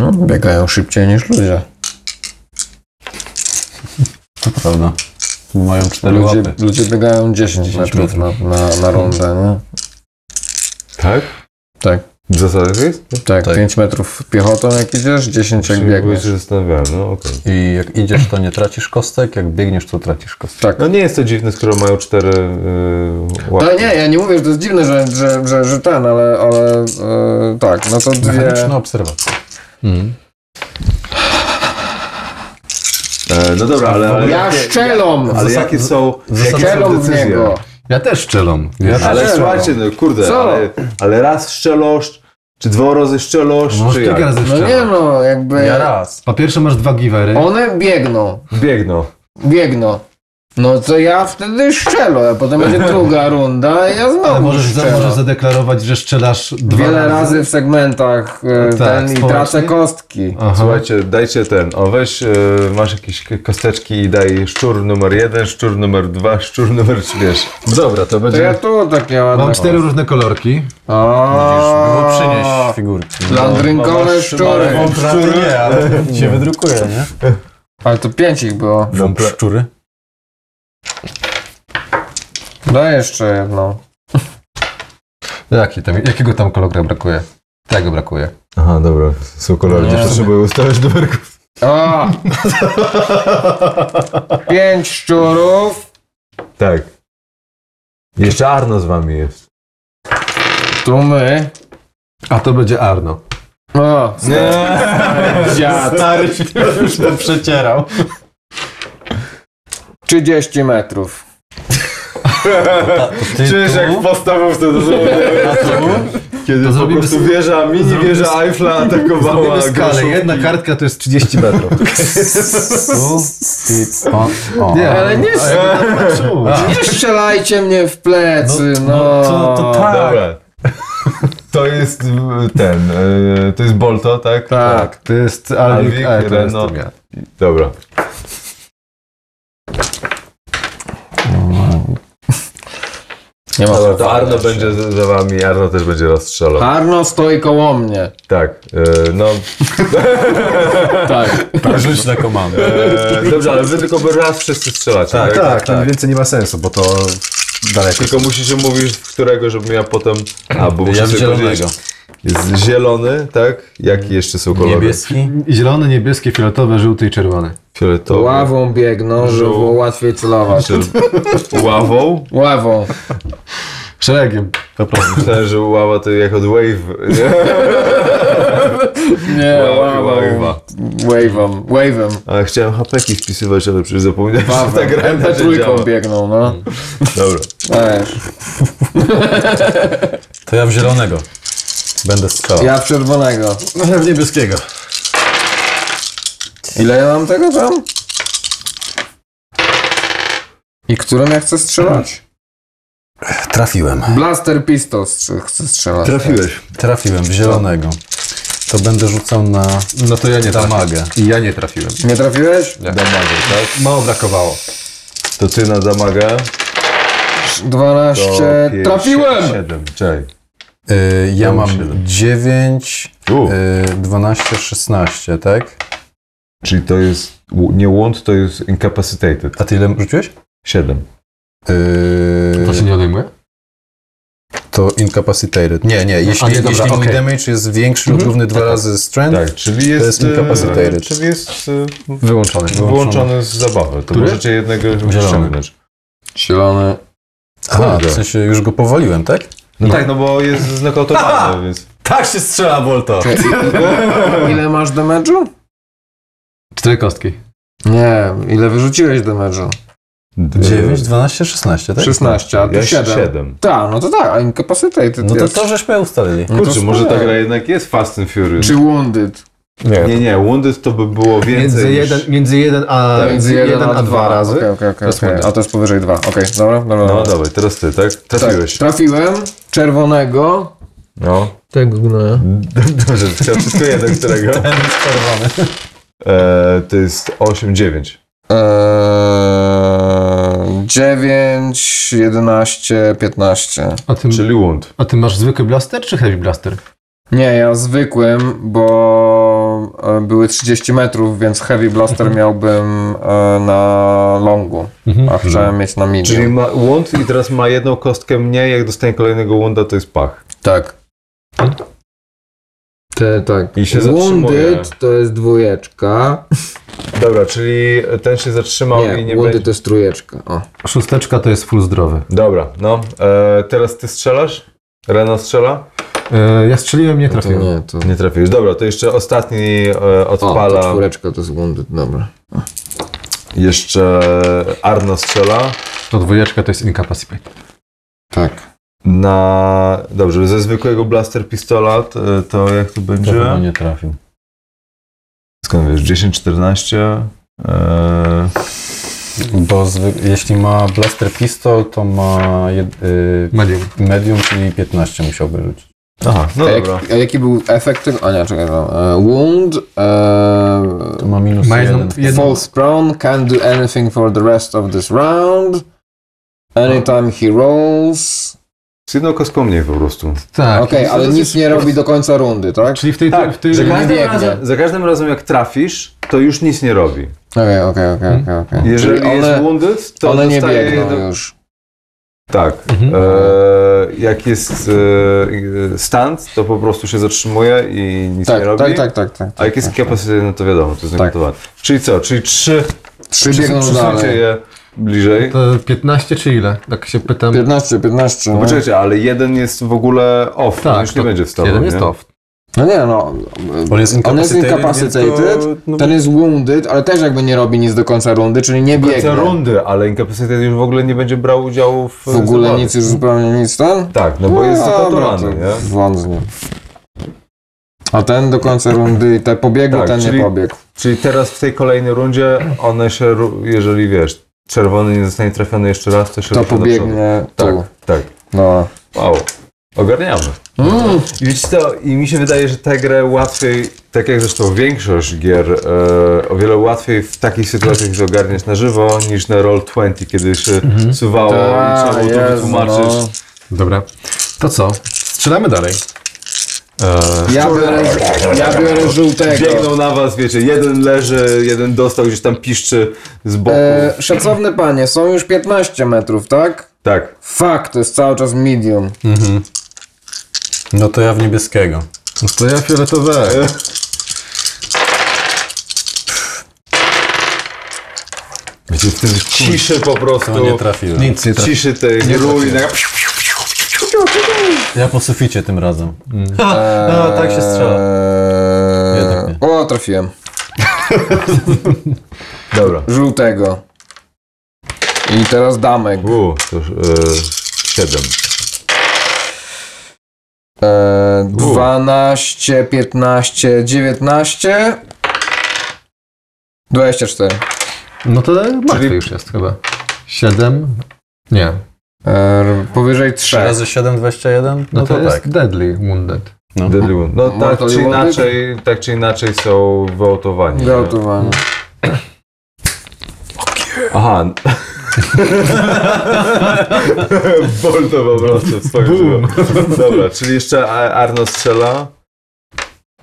Speaker 6: No, biegają szybciej niż ludzie.
Speaker 4: Prawda? Mają cztery
Speaker 6: Ludzie,
Speaker 4: łapy.
Speaker 6: ludzie biegają 10,
Speaker 4: 10
Speaker 6: metrów na, na, na rundę, nie?
Speaker 3: Tak?
Speaker 6: Tak.
Speaker 3: W zasadzie to jest?
Speaker 6: Tak,
Speaker 4: Tak.
Speaker 6: 5 metrów piechotą jak idziesz, 10 jak
Speaker 3: Jakby
Speaker 6: biegniesz.
Speaker 3: się zastanawiałem, no okej.
Speaker 4: I jak idziesz, to nie tracisz kostek, jak biegniesz, to tracisz kostek.
Speaker 6: Tak.
Speaker 3: No nie jest to dziwne, skoro mają cztery y, łapki.
Speaker 6: No nie, ja nie mówię, że to jest dziwne, że, że, że, że ten, ale, ale e, tak, no to dwie...
Speaker 4: Mechaniczna obserwacja.
Speaker 3: E, no dobra, ale, ale,
Speaker 6: Ja szczelom!
Speaker 3: ale jakie są, jakie są
Speaker 6: Szczelom w
Speaker 3: decyzje?
Speaker 6: niego.
Speaker 5: Ja też strzelam.
Speaker 3: Ale
Speaker 6: Szczelą.
Speaker 3: słuchajcie, no kurde,
Speaker 6: Co?
Speaker 3: ale, ale raz szczelość, czy dwa razy szczelość, czy jak?
Speaker 5: razy
Speaker 6: No nie no, jakby...
Speaker 5: raz. Po pierwsze masz dwa giwery.
Speaker 6: One biegną,
Speaker 3: Biegną.
Speaker 6: biegną. No to ja wtedy szczelę, potem będzie druga runda i ja
Speaker 4: Ale
Speaker 6: znowu
Speaker 4: możesz, za,
Speaker 6: strzelę.
Speaker 4: możesz zadeklarować, że strzelasz dwa
Speaker 6: Wiele razy w segmentach e,
Speaker 4: Tak,
Speaker 6: ten i
Speaker 4: społecznie?
Speaker 6: tracę kostki.
Speaker 4: Aha.
Speaker 3: Słuchajcie, dajcie ten, o weź, e, masz jakieś k- kosteczki i daj szczur numer jeden, szczur numer dwa, szczur numer trzy, wiesz.
Speaker 5: Dobra, to
Speaker 6: To
Speaker 5: będzie...
Speaker 6: ja tu tak takie ładne.
Speaker 5: Mam cztery różne kolorki.
Speaker 6: Było
Speaker 4: figurki. No,
Speaker 6: Landrynkowe szczury.
Speaker 4: Szczury nie, ale się wydrukuje, nie?
Speaker 6: Ale to pięć ich było.
Speaker 4: Mam szczury.
Speaker 6: Daj jeszcze jedną.
Speaker 5: Jaki tam, jakiego tam kolorka brakuje? Tego brakuje.
Speaker 3: Aha, dobra, są kolory, nie trzeba ustawiać numerków.
Speaker 6: O! Pięć szczurów.
Speaker 3: Tak. Jeszcze Arno z wami jest.
Speaker 6: Tu my.
Speaker 5: A to będzie Arno.
Speaker 6: O! Dziad.
Speaker 4: Stary się już to przecierał.
Speaker 6: 30 metrów.
Speaker 4: Ty
Speaker 3: podstawówce to Kiedy
Speaker 5: po zrobimy prostu s-
Speaker 3: wieża, mini
Speaker 5: zrobimy wieża s-
Speaker 3: Eiffla
Speaker 5: Zrobimy skalę. Jedna kartka to jest 30 metrów.
Speaker 4: o, o.
Speaker 5: Nie,
Speaker 6: Ale nie,
Speaker 5: A,
Speaker 6: nie strzelajcie mnie w plecy, no.
Speaker 4: to, to tak.
Speaker 3: Dobra. To jest y, ten, y, to jest Bolto, tak?
Speaker 6: Tak.
Speaker 5: to jest Alwik,
Speaker 3: Alwik,
Speaker 5: a to
Speaker 3: Reno.
Speaker 5: jestem ja.
Speaker 3: Dobra.
Speaker 6: Nie ma
Speaker 3: Dobra, to Tak. Arno będzie za za wami, Arno też będzie rozstrzelał.
Speaker 6: Arno stoi koło mnie.
Speaker 3: Tak, y, no
Speaker 6: Tak.
Speaker 4: Rzuć na komandę.
Speaker 3: e, dobrze, ale wy tylko raz wszyscy strzelacie.
Speaker 5: Tak, tak, tak. Więcej nie ma sensu, bo to daleko.
Speaker 3: Tylko musicie mówić, w którego, żebym ja potem... A, bo muszę
Speaker 4: Ja w
Speaker 3: sobie
Speaker 4: zielonego.
Speaker 3: powiedzieć. Jest zielony, tak? Jakie jeszcze są kolory?
Speaker 4: Niebieski.
Speaker 5: Zielony, niebieskie, fioletowe, żółty i czerwony.
Speaker 3: Fioletowy.
Speaker 6: Ławą biegną, żeby było łatwiej celować.
Speaker 3: Czy ławą?
Speaker 6: Ławą.
Speaker 5: Szeregiem. Po prostu.
Speaker 3: Myślałem, że ława to jak od wave. Nie?
Speaker 6: Nie,
Speaker 3: Ława,
Speaker 6: ławą.
Speaker 3: ława.
Speaker 6: Wave'em. Wave'em.
Speaker 3: Ale chciałem hapeki wpisywać, ale przecież zapomniałem, że ta
Speaker 6: Wawem.
Speaker 3: gra inaczej działa.
Speaker 6: MP3 biegną, no.
Speaker 3: Dobra.
Speaker 6: Wiesz.
Speaker 4: To ja w zielonego. Będę strzelał.
Speaker 6: Ja w czerwonego.
Speaker 5: No ja w niebieskiego.
Speaker 6: Ile ja mam tego tam? I którym ja chcę strzelać?
Speaker 4: Trafiłem.
Speaker 6: Blaster Pistol strz- chcę strzelać.
Speaker 3: Trafiłeś.
Speaker 4: Trafiłem w zielonego. To będę rzucał na
Speaker 5: No to ja nie
Speaker 4: damagę.
Speaker 5: I ja nie trafiłem.
Speaker 6: Nie trafiłeś?
Speaker 3: Damagę, tak?
Speaker 5: Mało brakowało.
Speaker 3: To ty na damagę. To
Speaker 6: 12.
Speaker 3: pięć,
Speaker 6: Trafiłem!
Speaker 3: Siedem, czekaj.
Speaker 4: Y, ja
Speaker 3: Tam
Speaker 4: mam
Speaker 3: siedem.
Speaker 4: 9,
Speaker 3: U,
Speaker 4: y, 12, 16, tak?
Speaker 3: czyli to jest, nie wound, to jest incapacitated.
Speaker 4: A ty ile rzuciłeś?
Speaker 3: Siedem.
Speaker 4: Y,
Speaker 5: To się nie odejmuje?
Speaker 4: to incapacitated. Nie, nie, jeśli,
Speaker 5: nie, dobra,
Speaker 4: jeśli mój
Speaker 5: okej. Mhm.
Speaker 4: damage jest większy lub równy dwa razy strength,
Speaker 3: Tak, czyli jest...
Speaker 4: jest
Speaker 3: e,
Speaker 4: incapacitated.
Speaker 3: Czyli jest e,
Speaker 5: Wyłączony.
Speaker 3: wyłączony z zabawy. To
Speaker 5: Który?
Speaker 3: możecie jednego
Speaker 4: Zielony.
Speaker 3: ściągnąć.
Speaker 6: Zielony.
Speaker 4: Aha,
Speaker 3: kurde.
Speaker 4: w sensie już go powaliłem, tak?
Speaker 3: No tak, no bo jest znokautowany, więc...
Speaker 4: Tak się strzela, Volto!
Speaker 6: Ile masz damage'u?
Speaker 5: Cztery kostki.
Speaker 6: Nie, ile wyrzuciłeś damage'u?
Speaker 4: 9, 12, 16, tak?
Speaker 6: 16, a
Speaker 3: Ja
Speaker 6: ty 7.
Speaker 3: 7.
Speaker 6: Tak, no to tak, a incapacitated
Speaker 4: No to
Speaker 6: jest.
Speaker 4: to żeśmy ustalili.
Speaker 6: No to
Speaker 3: Kurczę, może
Speaker 6: spoko.
Speaker 3: ta gra jednak jest Fast and Furious.
Speaker 6: Czy wounded?
Speaker 3: Nie, nie, Wounded to by było więcej
Speaker 5: Między jeden,
Speaker 3: niż...
Speaker 5: między jeden a, między jeden
Speaker 6: jeden
Speaker 5: a dwa razy.
Speaker 6: Okej, okej, okej,
Speaker 5: To jest
Speaker 6: okej.
Speaker 5: wounded.
Speaker 6: A to jest powyżej 2. Okej, dobra, dobra.
Speaker 3: No
Speaker 6: dobra.
Speaker 3: dawaj, teraz ty, tak?
Speaker 6: Tak,
Speaker 3: Trafiłeś.
Speaker 6: trafiłem czerwonego.
Speaker 3: No.
Speaker 5: Tego no.
Speaker 3: Dobrze, to wszystko jeden, którego.
Speaker 4: Czerwony.
Speaker 3: E, to jest 8-9.
Speaker 6: Eee, 9, 11, 15.
Speaker 5: A ty,
Speaker 3: Czyli Wound.
Speaker 5: a ty masz zwykły blaster czy heavy blaster?
Speaker 6: Nie, ja zwykłym, bo e, były 30 metrów, więc heavy blaster miałbym e, na longu,
Speaker 5: Mhm.
Speaker 6: a chciałem mieć na medium.
Speaker 3: Czyli ma Wound i teraz ma jedną kostkę mniej, jak dostanie kolejnego Wounda, to jest pach.
Speaker 6: Tak. Te, tak.
Speaker 3: I się zatrzymuje.
Speaker 6: wounded to jest dwójeczka.
Speaker 3: Dobra, czyli ten się zatrzymał
Speaker 6: Nie,
Speaker 3: No i nie
Speaker 6: wounded
Speaker 3: będzie...
Speaker 6: to jest trójeczka. O. no
Speaker 5: Szósteczka to jest full zdrowy.
Speaker 3: Dobra, no. E, teraz ty strzelasz? Rena strzela?
Speaker 5: E, ja strzeliłem, nie
Speaker 6: No To
Speaker 5: trafiłem.
Speaker 6: nie, to...
Speaker 3: Nie trafiłeś. Dobra, to jeszcze ostatni e,
Speaker 6: O, to
Speaker 3: odpala.
Speaker 6: czwóreczka to jest wounded, dobra.
Speaker 3: Jeszcze Arno strzela
Speaker 5: To dwójeczka to jest incapacity.
Speaker 6: Tak.
Speaker 3: na... Dobrze, ze zwykłego blaster pistola to, to jak to
Speaker 4: To chyba
Speaker 3: będzie?
Speaker 4: nie
Speaker 5: tak.
Speaker 4: trafił.
Speaker 3: Skąd wiesz? 10, 14? Eee,
Speaker 4: Bo zwy- jeśli ma blaster pistol, to ma jed- y-
Speaker 5: Medium.
Speaker 4: medium, czyli 15 musiałby rzucić.
Speaker 3: aha, no
Speaker 6: A,
Speaker 3: dobra.
Speaker 6: jak, a jaki był efekt tego? A nie, czekaj tam. E, wound,
Speaker 4: To
Speaker 6: e,
Speaker 4: ma minus
Speaker 5: Ma jedną,
Speaker 4: jeden.
Speaker 5: jedną,
Speaker 6: falls prone, can't do anything for the rest of this round. Anytime he rolls.
Speaker 3: Z jedną kostką mniej po prostu.
Speaker 5: tak.
Speaker 6: Okej, ale nic nie robi do końca rundy, tak?
Speaker 5: Czyli w tej...
Speaker 3: Tak,
Speaker 5: w tej
Speaker 3: że
Speaker 6: nie
Speaker 3: każdym
Speaker 6: biegnie.
Speaker 3: razem, za każdym razem jak trafisz, to już nic nie robi.
Speaker 6: Okej, okej, okej, okej, okej.
Speaker 3: Hmm? Jeżeli
Speaker 6: Czyli
Speaker 3: jest
Speaker 6: one,
Speaker 3: wounded, to
Speaker 6: one nie
Speaker 3: dostaje
Speaker 6: biegną
Speaker 3: jedno-
Speaker 6: już. Mhm.
Speaker 3: Tak. E, jak jest e, stand, to po prostu się zatrzymuje i nic nie
Speaker 6: Tak,
Speaker 3: robi.
Speaker 6: tak, tak, tak, tak.
Speaker 3: A jak jest capacity, no to wiadomo, to jest
Speaker 6: Tak.
Speaker 3: niegotowane. Czyli co? Czyli trzy,
Speaker 6: Trzy biegną
Speaker 3: przesuńcie
Speaker 6: dalej.
Speaker 3: je bliżej.
Speaker 5: To 15 czy ile? Tak się pytam.
Speaker 6: 15, 15.
Speaker 3: No
Speaker 6: no.
Speaker 3: poczekajcie, ale jeden jest w ogóle off,
Speaker 5: Tak,
Speaker 3: on już nie
Speaker 5: to
Speaker 3: będzie wstał.
Speaker 5: Jeden
Speaker 3: nie?
Speaker 5: jest off.
Speaker 6: No nie no,
Speaker 4: On jest
Speaker 6: on jest incapacitated, ten jest wounded, ale też jakby nie robi nic do końca rundy, czyli nie
Speaker 3: Końca
Speaker 6: biegnie.
Speaker 3: rundy, ale incapacitated już w ogóle nie będzie brał udziału w
Speaker 6: W ogóle
Speaker 3: zabawie.
Speaker 6: nic, już zupełnie nic ten?
Speaker 3: Tak, no bo jest
Speaker 6: dobra,
Speaker 3: zatatowany, nie?
Speaker 6: to wam z nim. A ten do końca rundy i te pobiegł,
Speaker 3: Tak,
Speaker 6: ten
Speaker 3: czyli-
Speaker 6: nie pobiegł.
Speaker 3: Czyli teraz w tej kolejnej rundzie one się, ru- jeżeli wiesz, czerwony nie zostanie trafiony jeszcze raz, to się
Speaker 6: To
Speaker 3: rusza do
Speaker 6: pobiegnie
Speaker 3: przodu.
Speaker 6: tu.
Speaker 3: Tak, tak.
Speaker 6: No.
Speaker 3: Wow. Ogarniamy. I wiecie co, i mi się wydaje, że tę grę łatwiej, tak jak zresztą większość gier, e, o wiele łatwiej w takich sytuacjach się ogarniać na żywo, niż na Roll20, kiedy się suwało
Speaker 6: Tak,
Speaker 3: i trzeba było to
Speaker 6: no.
Speaker 3: wytłumaczyć.
Speaker 5: Dobra. To co? Strzelamy dalej.
Speaker 6: no. Ja biorę, ja biorę żółtego.
Speaker 3: Biegną na was, wiecie, jeden leży, jeden dostał, gdzieś tam piszczy z boku.
Speaker 6: E, szacowny panie, są już 15 metrów, tak?
Speaker 3: Tak.
Speaker 6: Fakt, to jest cały czas medium.
Speaker 4: No to ja w niebieskiego.
Speaker 5: No to ja fioletowe.
Speaker 3: Wiecie, w tym ciszy po prostu.
Speaker 4: To nie trafiłem.
Speaker 5: Nic nie trafi.
Speaker 3: ciszy tej nie ruli. tak-
Speaker 4: Ja po suficie tym razem. No, tak się strzela. Jednak
Speaker 6: Eee,
Speaker 4: nie.
Speaker 6: o, trafiłem.
Speaker 3: Dobra.
Speaker 6: Żółtego. I teraz damek.
Speaker 3: U, to już, e, siedem.
Speaker 6: Eee, 12, 15, 19. 24.
Speaker 5: No to martwy już jest chyba. 7. Nie. no
Speaker 6: Eee, powyżej
Speaker 4: 3
Speaker 6: 3.
Speaker 4: razy 7, 21?
Speaker 5: No,
Speaker 4: No
Speaker 5: to,
Speaker 4: to
Speaker 5: jest
Speaker 4: tak.
Speaker 5: deadly wounded.
Speaker 3: Deadly Wound. No tak
Speaker 6: Mortal
Speaker 3: czy,
Speaker 6: Wounded?
Speaker 3: inaczej, tak czy inaczej są wyautowani.
Speaker 6: Gratulowany.
Speaker 3: Aha. Bolto po prostu w swoim życiu. Dobra, czyli jeszcze A- Arno strzela.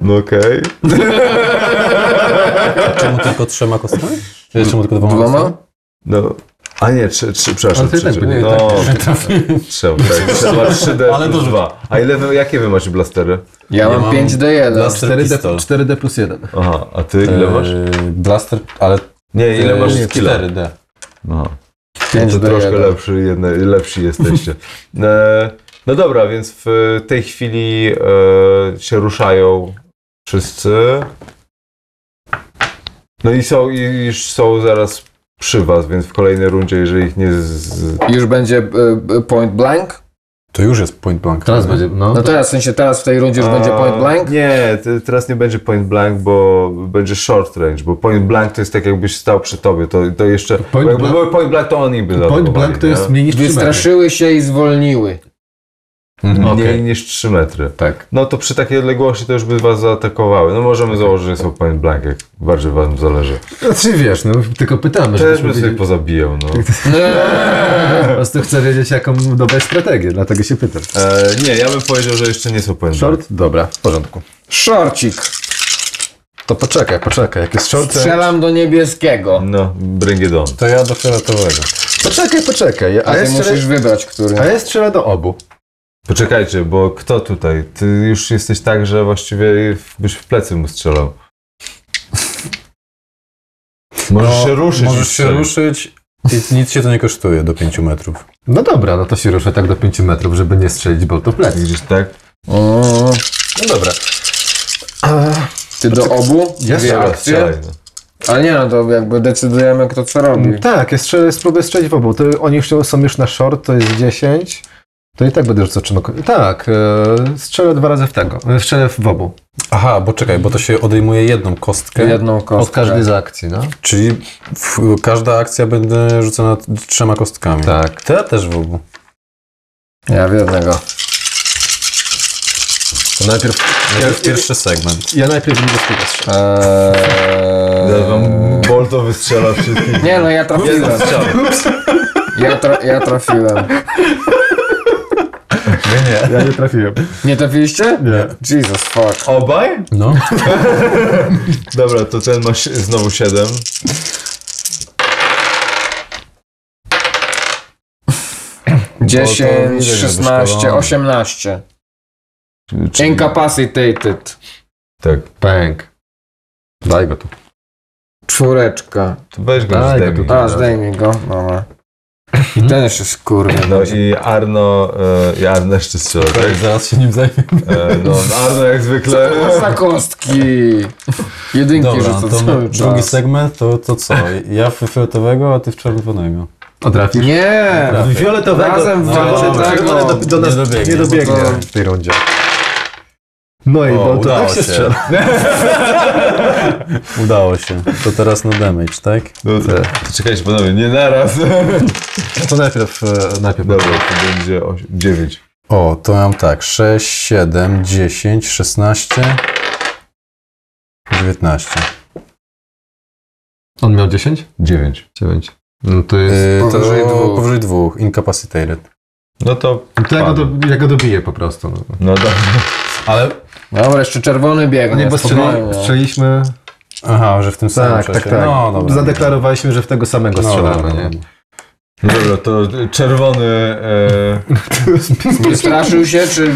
Speaker 3: No okej.
Speaker 4: Czemu tylko trzema kostkami? Czy czemu tylko dwoma?
Speaker 6: Dwoma?
Speaker 4: kostkami?
Speaker 3: No. A nie, trzy, trzy
Speaker 5: Ale
Speaker 3: przepraszam.
Speaker 5: to i
Speaker 3: Trzy,
Speaker 5: tak
Speaker 3: trzy.
Speaker 5: by-
Speaker 3: No,
Speaker 5: tak.
Speaker 3: trzeba, tak, trzeba 3D
Speaker 4: Ale
Speaker 3: Ale plus
Speaker 4: dużo.
Speaker 3: 2. A ile wy, jakie wy macie blastery?
Speaker 6: Ja
Speaker 4: Ja
Speaker 6: mam
Speaker 4: mam
Speaker 6: 5D1.
Speaker 4: Blaster
Speaker 5: 4D,
Speaker 4: pistol.
Speaker 5: 4D plus 1.
Speaker 3: Aha, a ty
Speaker 5: E,
Speaker 3: ile masz?
Speaker 4: Eee, Blaster, ale
Speaker 3: Nie, ile
Speaker 4: eee,
Speaker 3: masz skilla?
Speaker 4: 4D.
Speaker 3: Aha. No
Speaker 6: 5
Speaker 3: to
Speaker 6: do
Speaker 3: troszkę
Speaker 6: 1.
Speaker 3: lepszy, jedne, lepsi jesteście. E, no dobra, więc w tej chwili e, się ruszają wszyscy. No i są i już są zaraz przy was, więc w kolejnej rundzie, jeżeli ich nie z...
Speaker 6: Już będzie e, e, point blank?
Speaker 4: To już jest point blank.
Speaker 5: Teraz będzie, no.
Speaker 6: No teraz, w sensie teraz w tej rundzie już
Speaker 3: A,
Speaker 6: będzie point blank?
Speaker 3: Nie, te- teraz nie będzie point blank, bo będzie short range, bo point blank to jest tak jakbyś stał przy tobie, to, to jeszcze...
Speaker 5: Point
Speaker 3: Point jakby
Speaker 5: blank-
Speaker 3: był point blank, to oni by
Speaker 5: Point
Speaker 3: zaatakowali,
Speaker 5: blank to
Speaker 3: nie?
Speaker 5: jest mniej niż 3 metry.
Speaker 6: Wystraszyły się i zwolniły.
Speaker 4: Mhm.
Speaker 3: Mniej
Speaker 5: Okej.
Speaker 3: niż 3 metry.
Speaker 5: Tak.
Speaker 3: No to przy takiej odległości to już by was zaatakowały. No możemy
Speaker 4: Tak.
Speaker 3: założyć, że są point blank, jak bardziej wam zależy.
Speaker 5: Znaczy wiesz, no tylko pytamy,
Speaker 3: Też
Speaker 5: żebyśmy
Speaker 3: by sobie
Speaker 5: wiedzieli-
Speaker 3: pozabijał, no.
Speaker 5: Po prostu chcę wiedzieć jaką dobrać strategię, dlatego się pytam.
Speaker 3: E, nie, ja bym powiedział, że jeszcze nie są point blank.
Speaker 5: Short? Dobra, w porządku.
Speaker 6: Szorcik.
Speaker 5: To poczekaj, poczekaj, jak jest short...
Speaker 6: Strzelam do niebieskiego.
Speaker 3: No, bring it on.
Speaker 4: To ja do fioletowego.
Speaker 5: Poczekaj, poczekaj,
Speaker 6: A
Speaker 5: a ja
Speaker 6: ty musisz
Speaker 5: strzelę,
Speaker 6: wybrać, który.
Speaker 5: a ja strzelę do obu.
Speaker 3: Poczekajcie, bo kto tutaj? Ty już jesteś tak, że właściwie byś w plecy mu strzelał. Możesz
Speaker 4: No,
Speaker 3: się ruszyć. i
Speaker 4: Możesz się
Speaker 3: strzelić.
Speaker 4: ruszyć i nic się to nie kosztuje do 5 metrów.
Speaker 5: No dobra, no to się ruszę tak do 5 metrów, żeby nie strzelić boltu w plecy.
Speaker 3: Gdzieś tak?
Speaker 6: Mm,
Speaker 5: No dobra.
Speaker 6: Ty do obu?
Speaker 5: Ja
Speaker 6: Dwie
Speaker 5: strzelam,
Speaker 3: Strzelaj,
Speaker 6: akcje.
Speaker 3: strzelaj. No.
Speaker 6: Ale nie, no to jakby decydujemy kto co robi.
Speaker 5: Tak, jest, strze- spróbuję strzelić w obu. To oni już są już na short, to jest 10. To i tak będę rzucał czym. Tak, e, strzelę dwa razy w tego. e, Strzelę w obu.
Speaker 4: Aha, bo czekaj, bo to się odejmuje jedną kostkę,
Speaker 6: Jedną
Speaker 5: Od
Speaker 6: kostkę.
Speaker 5: każdej z akcji, no?
Speaker 4: czyli w, każda akcja będzie rzucona t- trzema kostkami.
Speaker 5: Tak.
Speaker 4: To ja też w obu.
Speaker 6: Ja w jednego.
Speaker 4: To najpierw, najpierw pierwszy segment.
Speaker 5: Ja najpierw będę z tego strzelał.
Speaker 3: Ja
Speaker 6: Eee...
Speaker 3: wam Bolto wystrzela wszystkich.
Speaker 6: Nie no, ja trafiłem. Ja, tra- ja trafiłem.
Speaker 5: Ja nie trafiłem.
Speaker 6: Nie trafiliście?
Speaker 5: Nie.
Speaker 6: Jesus fuck.
Speaker 3: Obaj?
Speaker 4: No.
Speaker 3: Dobra, to ten ma si- znowu 7. Bo to
Speaker 6: 10,
Speaker 3: widać, że
Speaker 6: 16,
Speaker 3: wyszkolony.
Speaker 6: 18. Incapacitated.
Speaker 3: Tak.
Speaker 5: Pęk. Daj go tu.
Speaker 6: Czwóreczka.
Speaker 3: Tak, no To weź go
Speaker 5: Daj go Mhm.
Speaker 3: zdejmij.
Speaker 6: A, zdejmij go. Dobra. I ten jeszcze jest kurwa.
Speaker 3: No i Arno, e, i Arno jeszcze strzela, tak?
Speaker 4: zaraz się nim zajmę.
Speaker 3: E, no, Arno jak zwykle.
Speaker 6: no. Za kostki. Jedynki
Speaker 4: Dobra,
Speaker 6: rzucę
Speaker 4: to
Speaker 6: cały czas.
Speaker 4: drugi segment to, to co? Ja w fioletowego, a ty w czerwonego.
Speaker 5: Odrafisz? No,
Speaker 6: Nie.
Speaker 5: Fioletowego.
Speaker 6: Razem w
Speaker 5: No,
Speaker 6: walce, tak?
Speaker 5: czerwony do, do nas Tak. nie
Speaker 4: Nie dobiegnie.
Speaker 5: dobiegnie,
Speaker 6: To-
Speaker 5: w tej rundzie. No i
Speaker 4: O,
Speaker 5: Bolto
Speaker 4: udało
Speaker 5: tak
Speaker 4: się.
Speaker 5: się strzela.
Speaker 4: Udało się. To teraz na damage, tak?
Speaker 3: No, to, to czekajcie panowie, nie naraz.
Speaker 5: To najpierw, e, najpierw.
Speaker 3: Dobra, to będzie 8, 9.
Speaker 4: O, to mam tak. 6, 7, 10, 16, 19.
Speaker 5: On miał 10?
Speaker 3: 9.
Speaker 5: 9. No to jest...
Speaker 4: Yy,
Speaker 6: Powyżej
Speaker 4: to
Speaker 6: dwóch.
Speaker 4: powyżej dwóch. Incapacitated.
Speaker 3: No to.
Speaker 5: To ja go, do, ja go dobiję po prostu. No.
Speaker 3: No dobra.
Speaker 4: Ale...
Speaker 6: Dobra, jeszcze czerwony biegnie.
Speaker 5: Nie, bo
Speaker 6: spokojnie.
Speaker 5: strzeli, strzeliśmy...
Speaker 4: Aha, że w tym samym
Speaker 5: Tak,
Speaker 4: czasie.
Speaker 5: tak, tak.
Speaker 4: No, dobra.
Speaker 5: Zadeklarowaliśmy, że w tego samego
Speaker 4: No,
Speaker 5: strzelamy,
Speaker 4: dobra,
Speaker 5: nie?
Speaker 4: dobra.
Speaker 3: No dobra, to czerwony. E,
Speaker 6: Wystraszył się, czy...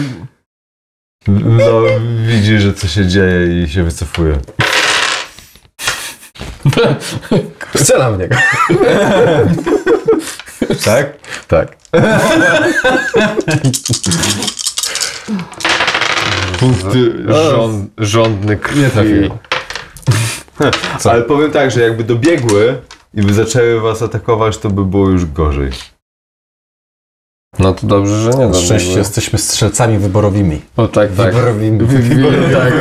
Speaker 3: no, widzi, że co się dzieje i się wycofuje.
Speaker 5: Strzelam w niego.
Speaker 3: Tak?
Speaker 5: Tak.
Speaker 3: Punkty rząd.
Speaker 5: Rządny krwi. No. Nie trafiłem.
Speaker 3: Ale powiem tak, że jakby dobiegły i by zaczęły was atakować, to by było już gorzej.
Speaker 6: No to dobrze, że nie
Speaker 4: Na szczęście jesteśmy strzelcami wyborowymi.
Speaker 6: O tak, tak.
Speaker 4: Wyborowymi.
Speaker 6: tak.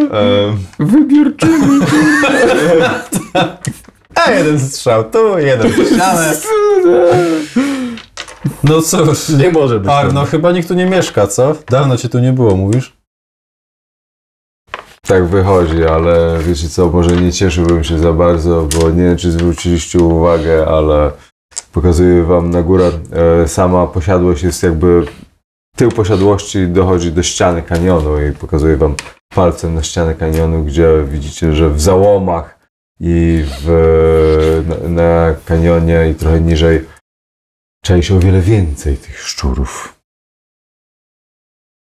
Speaker 3: Ehm,
Speaker 4: A jeden strzał tu, jeden w ścianę. No cóż.
Speaker 5: Nie może być. tak.
Speaker 4: Arno, chyba nikt tu nie mieszka, co? Dawno cię tu nie było, mówisz?
Speaker 3: Tak wychodzi, ale wiecie co, może nie cieszyłbym się za bardzo, bo nie wiem, czy zwróciliście uwagę, ale pokazuję wam na górę. E, Sama posiadłość jest jakby... Tył posiadłości dochodzi do ściany kanionu i pokazuję wam palcem na ścianę kanionu, gdzie widzicie, że w załomach i w, na, na kanionie i trochę niżej czai się o wiele więcej tych szczurów.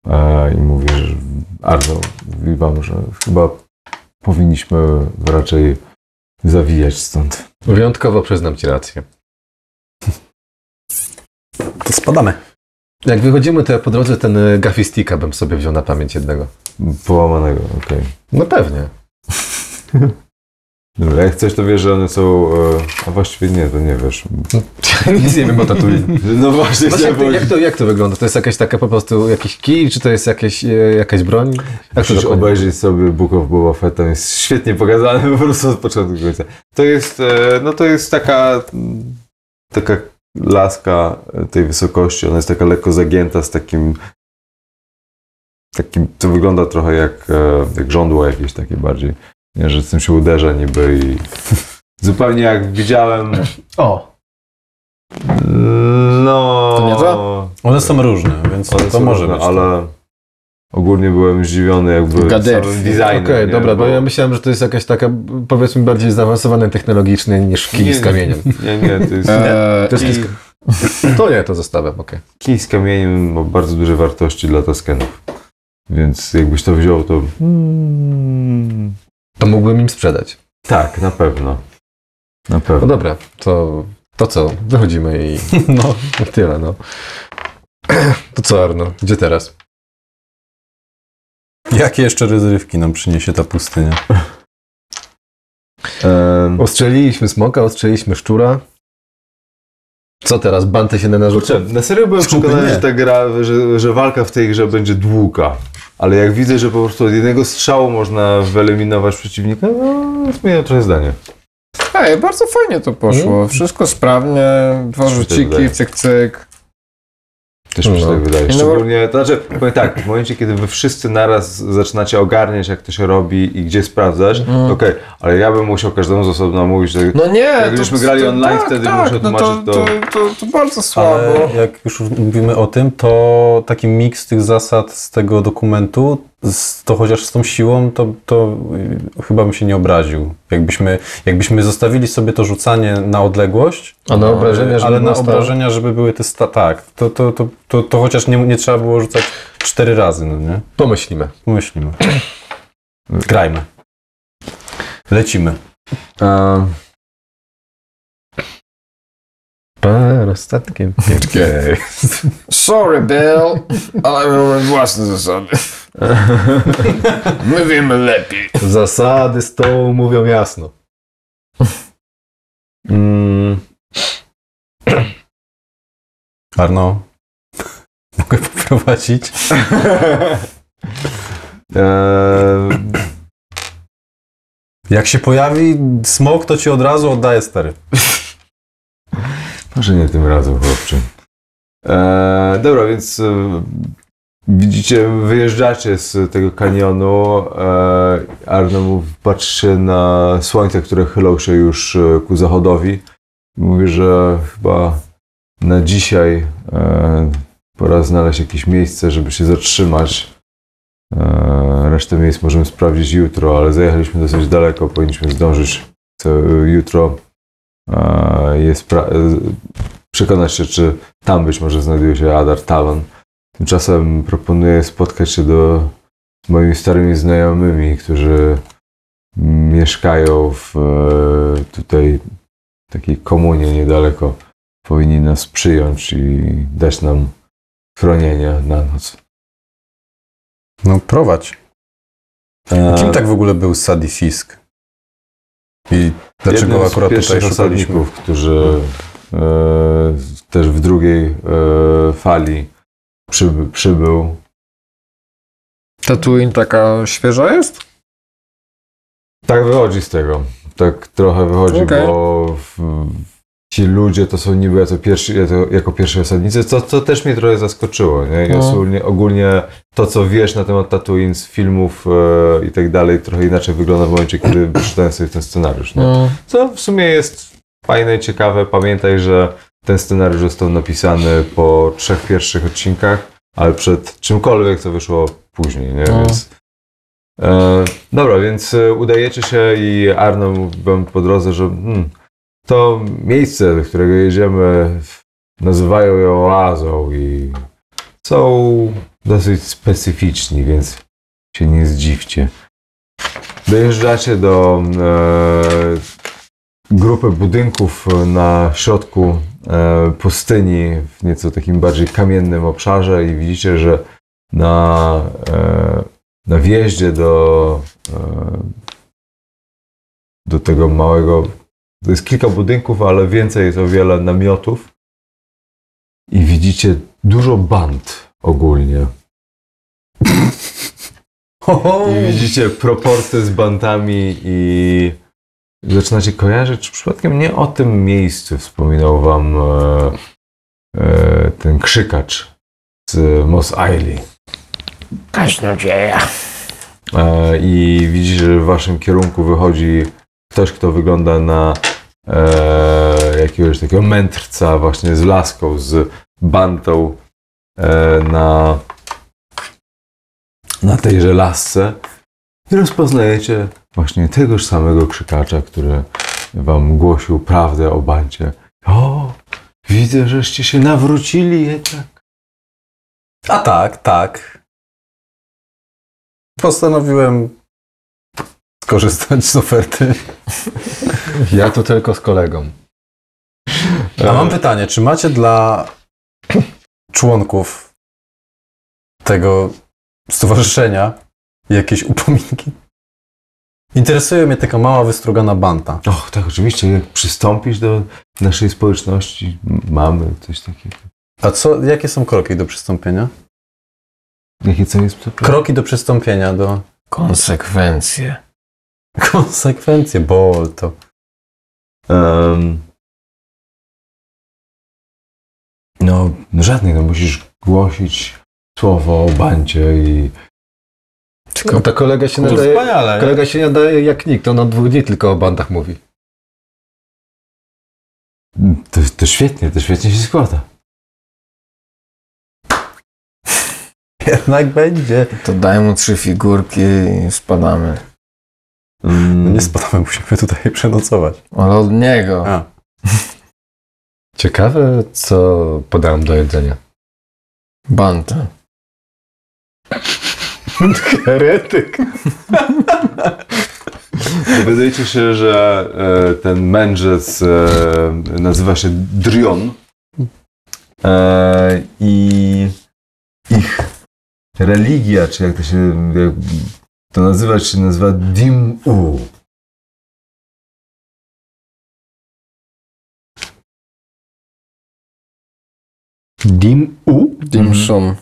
Speaker 3: E, I mówię, że Arno, mówi wam, że chyba powinniśmy raczej zawijać stąd.
Speaker 5: Wyjątkowo przyznam ci rację.
Speaker 4: To spadamy.
Speaker 5: Jak wychodzimy, to ja po drodze ten y, gafistika bym sobie wziął na pamięć jednego.
Speaker 3: Połamanego, okej.
Speaker 5: No pewnie.
Speaker 3: Dobra, jak chcesz, to wiesz, że one są... e, A właściwie nie, to nie wiesz.
Speaker 5: Nic nie wiem o tatuinie.
Speaker 3: No właśnie,
Speaker 5: Właśnie, jak, to, jak, to, jak to wygląda? To jest jakaś taka po prostu jakiś kij, czy to jest jakieś, e, jakaś broń? Jak to
Speaker 3: Musisz
Speaker 5: Tak dokładnie?
Speaker 3: obejrzeć sobie Book of Boba Fett, tam jest świetnie pokazane po prostu od początku do końca. To jest, e, no to jest taka, mm, taka laska e, tej wysokości, ona jest taka lekko zagięta z takim, takim, to wygląda trochę jak, e, jak żądło jakieś takie bardziej, nie, że z tym się uderza niby i zupełnie jak widziałem, e,
Speaker 5: O!
Speaker 3: no...
Speaker 6: To nie
Speaker 4: One są różne, więc
Speaker 3: One
Speaker 4: to
Speaker 3: są
Speaker 4: może
Speaker 3: różne,
Speaker 4: być. tak.
Speaker 3: ale... Ogólnie byłem zdziwiony jakby
Speaker 6: Gaderfi.
Speaker 3: samym designem.
Speaker 5: Okej,
Speaker 3: nie,
Speaker 5: dobra, bo
Speaker 3: bo-
Speaker 5: ja myślałem, że to jest jakaś taka, powiedzmy, bardziej zaawansowana technologicznie niż kij
Speaker 3: Nie,
Speaker 5: z kamieniem.
Speaker 3: Nie, nie, to jest...
Speaker 5: E,
Speaker 6: Eee,
Speaker 5: To jest
Speaker 6: i-
Speaker 5: kij z... To nie, to zostawiam, okej.
Speaker 3: Kij z kamieniem ma bardzo duże wartości dla Taskenów. Więc jakbyś to wziął, to.
Speaker 5: To mógłbym im sprzedać.
Speaker 3: Tak, na pewno. Na
Speaker 5: No
Speaker 3: pewno.
Speaker 5: dobra, to, to co? Wychodzimy i
Speaker 4: No,
Speaker 5: tyle, no. To co, Arno? Gdzie teraz?
Speaker 4: Jakie jeszcze rozrywki nam przyniesie ta pustynia?
Speaker 3: Em,
Speaker 5: Ostrzeliliśmy smoka, ostrzeliliśmy szczura. Co teraz? Bantę się
Speaker 3: Kurczę,
Speaker 5: narzucę.
Speaker 3: na serio byłem
Speaker 4: Skupy
Speaker 3: przekonany,
Speaker 4: nie.
Speaker 3: że ta gra, że, że walka w tej grze będzie długa. Ale jak widzę, że po prostu od jednego strzału można wyeliminować przeciwnika, no zmieniam trochę zdanie.
Speaker 6: Ej, bardzo fajnie to poszło. Wszystko sprawnie, dwa
Speaker 3: Wszystko wydaje.
Speaker 6: rzuciki, cyk, cyk.
Speaker 3: Też mi się
Speaker 5: No.
Speaker 3: tak wydaje.
Speaker 6: no bo-
Speaker 3: Szczególnie, to znaczy, powiem tak, w momencie, kiedy wy wszyscy naraz zaczynacie ogarniać, jak to się robi i gdzie sprawdzać,
Speaker 5: Mhm.
Speaker 3: to okej, ale ja bym musiał każdemu z osobna mówić, że
Speaker 6: No nie,
Speaker 3: Jak żeśmy grali online, wtedy muszę
Speaker 6: no
Speaker 3: tłumaczyć
Speaker 6: to,
Speaker 3: to-
Speaker 6: to, to, to bardzo słabo.
Speaker 4: Ale jak już mówimy o tym, to taki miks tych zasad z tego dokumentu, z, to chociaż z tą siłą, to, to y, chyba bym się nie obraził. Jakbyśmy, jakbyśmy zostawili sobie to rzucanie na odległość,
Speaker 5: A na obrażenia,
Speaker 4: y,
Speaker 5: żeby
Speaker 4: ale na
Speaker 5: było stałe?
Speaker 4: obrażenia, żeby były te sta... Tak, to, to, to, to, to chociaż nie, nie trzeba było rzucać cztery razy, no nie?
Speaker 5: Pomyślimy.
Speaker 4: Myślimy. Grajmy. Lecimy.
Speaker 3: em,
Speaker 5: Parostatkiem.
Speaker 3: okej.
Speaker 6: Sorry, Bill, ale my mamy własne zasady. My wiemy lepiej.
Speaker 5: Zasady stołu mówią jasno.
Speaker 3: Mm,
Speaker 4: Arno, mogę poprowadzić?
Speaker 3: em,
Speaker 4: Jak się pojawi smok, to ci od razu oddaję stery.
Speaker 3: Może nie tym razem, chłopcze. E, dobra, więc e, widzicie, wyjeżdżacie z tego kanionu. E, Arno mówi, patrzy na słońce, które chylą się już e, ku zachodowi. Mówi, że chyba na dzisiaj e, pora znaleźć jakieś miejsce, żeby się zatrzymać. E, resztę miejsc możemy sprawdzić jutro, ale zajechaliśmy dosyć daleko, powinniśmy zdążyć co, jutro. E, jest pra- e, przekonać się, czy tam być może znajduje się Adar Talon. Tymczasem proponuję spotkać się do, z moimi starymi znajomymi, którzy mm, mieszkają w e, tutaj takiej komunie niedaleko. Powinni nas przyjąć i dać nam chronienie na noc.
Speaker 4: No, prowadź.
Speaker 3: E,
Speaker 4: Kim tak w ogóle był Sadie Fisk? I dlaczego
Speaker 3: jednym z
Speaker 4: akurat
Speaker 3: pierwszych
Speaker 4: tutaj szukaliśmy?
Speaker 3: osadników, którzy e, też w drugiej e, fali przyby, przybył
Speaker 6: Tatooine taka świeża jest?
Speaker 3: Tak wychodzi z tego. Tak trochę wychodzi,
Speaker 6: Okej.
Speaker 3: bo w, ci ludzie to są niby jako pierwsi, jako, jako pierwsi osadnicy, co, co też mnie trochę zaskoczyło. Nie? I
Speaker 6: No.
Speaker 3: ogólnie, ogólnie to, co wiesz na temat Tatooine z filmów e, i tak dalej, trochę inaczej wygląda w momencie, kiedy przeczytałem sobie ten scenariusz. Nie?
Speaker 6: No.
Speaker 3: Co w sumie jest fajne i ciekawe. Pamiętaj, że ten scenariusz został napisany po trzech pierwszych odcinkach, ale przed czymkolwiek, co wyszło później, nie?
Speaker 6: No.
Speaker 3: Więc... E, dobra, więc e, udajecie się i Arno mówi wam po drodze, że hmm, to miejsce, do którego jedziemy, nazywają je oazą i są dosyć specyficzni, więc się nie zdziwcie. Dojeżdżacie do e, grupy budynków e, na środku e, pustyni, w nieco takim bardziej kamiennym obszarze i widzicie, że na, e, na wjeździe do, e, do tego małego, to jest kilka budynków, ale więcej jest o wiele namiotów i widzicie dużo band ogólnie. I widzicie proporcje z bantami i zaczynacie kojarzyć, czy przypadkiem nie o tym miejscu wspominał wam e, e, ten krzykacz z Mos Eisley.
Speaker 6: Kasznodzieja.
Speaker 3: E, I widzisz, że w waszym kierunku wychodzi ktoś, kto wygląda na e, jakiegoś takiego mędrca właśnie z laską, z bantą e, na, na tejże lasce. I rozpoznajecie właśnie tegoż samego krzykacza, który wam głosił prawdę o bancie. O, widzę, żeście się nawrócili jednak.
Speaker 4: A tak, tak. Postanowiłem skorzystać z oferty.
Speaker 5: Ja tu tylko z kolegą. E.
Speaker 4: A mam pytanie, czy macie dla członków tego stowarzyszenia jakieś upominki? Interesuje mnie taka mała wystrugana banta.
Speaker 3: Och, tak, oczywiście, jak przystąpisz do naszej społeczności, m- mamy coś takiego.
Speaker 4: A co, jakie są kroki do przystąpienia?
Speaker 3: Jakie co jest?
Speaker 4: Kroki do przystąpienia do
Speaker 6: Konsekwencje.
Speaker 4: konsekwencji, bo to
Speaker 3: Um, no, żadnej, no musisz głosić słowo o bancie i
Speaker 5: No to kolega się nadaje, kolega się nadaje jak nikt, on od dwóch dni tylko o bandach mówi. Mm,
Speaker 3: to, to świetnie, to świetnie się składa.
Speaker 4: jednak będzie.
Speaker 6: To daj mu trzy figurki i spadamy.
Speaker 4: No
Speaker 3: Mm,
Speaker 4: nie spadamy, musimy tutaj przenocować.
Speaker 6: Ale od niego.
Speaker 4: A,
Speaker 5: Ciekawe, co podałem do jedzenia.
Speaker 6: Banta.
Speaker 3: Heretyk. Dowiadujecie się, że e, ten mędrzec e, nazywa się Drion e, i ich religia, czy jak to się jak to nazywa, się nazywa Dim-U.
Speaker 5: Dim U?
Speaker 4: Mhm.
Speaker 6: Dim Sum.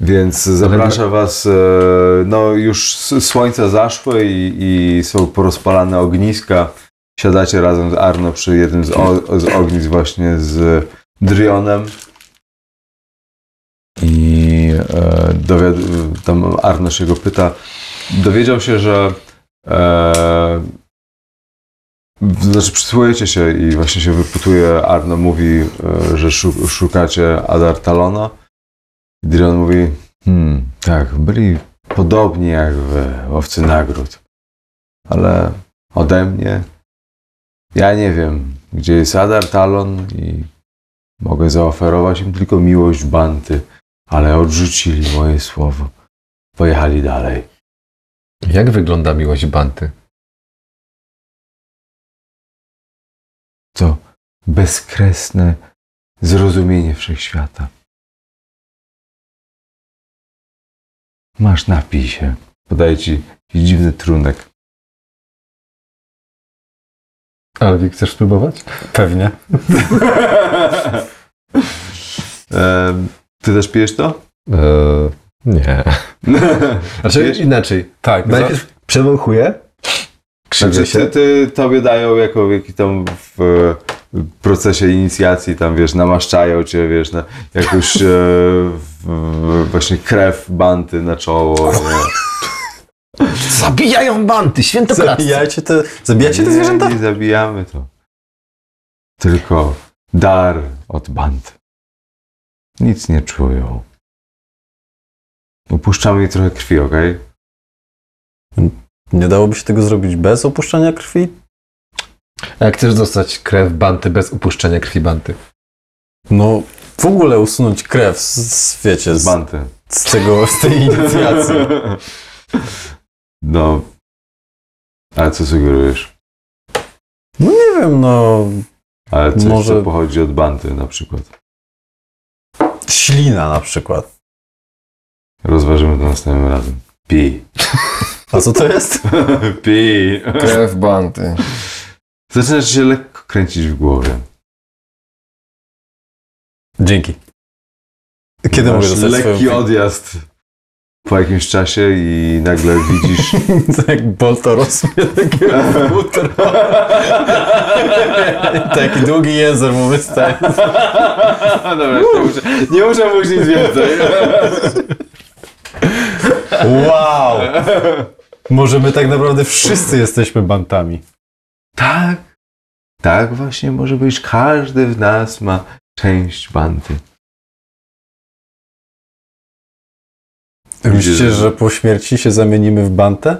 Speaker 3: Więc zaprasza was, e, no już s- słońce zaszło i, i są porozpalane ogniska. Siadacie razem z Arno przy jednym z, o, z ognisk właśnie z Drionem. I e, dowiad, tam Arno się go pyta. Dowiedział się, że e, znaczy przysłuchujecie się i właśnie się wypytuje, Arno mówi, e, że szu- szukacie Adar Talona. Drion mówi, hmm, tak, byli podobni jak w Łowcy Nagród, ale ode mnie, ja nie wiem, gdzie jest Adar Talon i mogę zaoferować im tylko miłość Banty, ale odrzucili moje słowo. Pojechali dalej.
Speaker 5: Jak wygląda miłość banty?
Speaker 3: To bezkresne zrozumienie wszechświata. Masz napij się. Podaję ci jakiś dziwny trunek.
Speaker 5: Alwik, chcesz spróbować?
Speaker 4: pewnie.
Speaker 3: Em, E, Ty też pijesz to? E,
Speaker 5: Eee, nie. Znaczy
Speaker 3: Wiesz-
Speaker 5: inaczej.
Speaker 4: Tak, za,
Speaker 5: Najpierw przewąchuję, krzywdzę
Speaker 3: Znaczy, ty,
Speaker 5: się.
Speaker 3: ty, tobie dają jako jakiś tam w e, procesie inicjacji, tam wiesz, namaszczają cię, wiesz, na jakąś e, w, w, właśnie krew banty na czoło. Nie?
Speaker 5: Zabijają banty, świętokradzcy.
Speaker 4: zabijajcie te, zabijacie te zwierzęta?
Speaker 3: Nie, nie zabijamy to. Tylko dar od bant. Nic nie czują. Upuszczamy jej trochę krwi, okej?
Speaker 4: Nie dałoby się tego zrobić bez opuszczania krwi?
Speaker 5: A Jak chcesz dostać krew banty bez upuszczenia krwi banty?
Speaker 4: No, w ogóle usunąć krew z, z wiecie,
Speaker 3: Z
Speaker 4: z,
Speaker 3: banty.
Speaker 4: z tego, z tej inicjacji.
Speaker 3: No. Ale co sugerujesz?
Speaker 4: No nie wiem, no,
Speaker 3: Ale coś,
Speaker 4: Może-
Speaker 3: co pochodzi od banty na przykład.
Speaker 4: ślina na przykład.
Speaker 3: Rozważymy to następnym razem. Pi.
Speaker 4: A co to jest?
Speaker 3: Pi.
Speaker 6: Krew Banty.
Speaker 3: Zaczynasz się lekko kręcić w głowie.
Speaker 4: Dzięki. Kiedy mogę
Speaker 3: Masz
Speaker 4: dostać
Speaker 3: lekki
Speaker 4: swoją...
Speaker 3: odjazd po jakimś czasie i nagle widzisz...
Speaker 4: Jak Tak, Bolto rozumie takiego futra. Taki długi język mu wystaje.
Speaker 3: Dobra, już nie muszę, nie muszę mówić nic więcej.
Speaker 4: Wow! Może my tak naprawdę wszyscy jesteśmy bantami.
Speaker 3: Tak. Tak właśnie może być. Każdy w nas ma część banty.
Speaker 4: Myślicie, że po śmierci się zamienimy w bantę?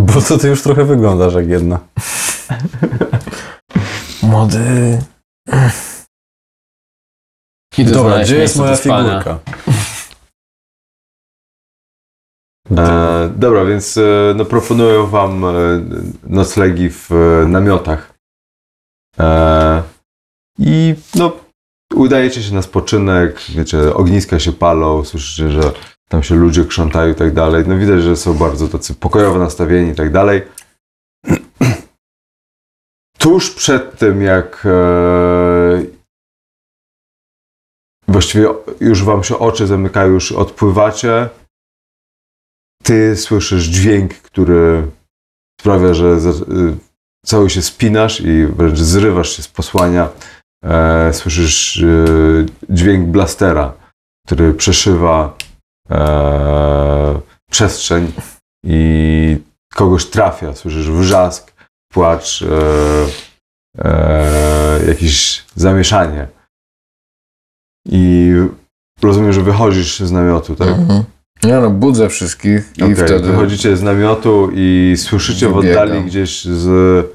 Speaker 4: Bo to ty już trochę wyglądasz jak jedna.
Speaker 6: Młody. Idę
Speaker 4: Dobra,
Speaker 6: znaleźć
Speaker 4: gdzie jest
Speaker 6: miejsce
Speaker 4: moja
Speaker 6: do spania.
Speaker 4: figurka?
Speaker 3: E, dobra, więc e, no, proponuję wam e, noclegi w e, namiotach. E, I no, udajecie się na spoczynek, wiecie, ogniska się palą, słyszycie, że tam się ludzie krzątają i tak dalej. No widać, że są bardzo tacy pokojowo nastawieni i tak dalej. Tuż przed tym, jak e, właściwie już wam się oczy zamykają, już odpływacie, ty słyszysz dźwięk, który sprawia, że za, y, cały się spinasz i wręcz zrywasz się z posłania. E, słyszysz y, dźwięk blastera, który przeszywa e, przestrzeń i kogoś trafia. Słyszysz wrzask, płacz, e, e, jakieś zamieszanie. I rozumiem, że wychodzisz z namiotu, tak?
Speaker 6: Mhm. Nie no, budzę wszystkich i
Speaker 3: Okej,
Speaker 6: wtedy...
Speaker 3: Wychodzicie z namiotu i słyszycie w
Speaker 6: Wybiegam.
Speaker 3: oddali gdzieś z,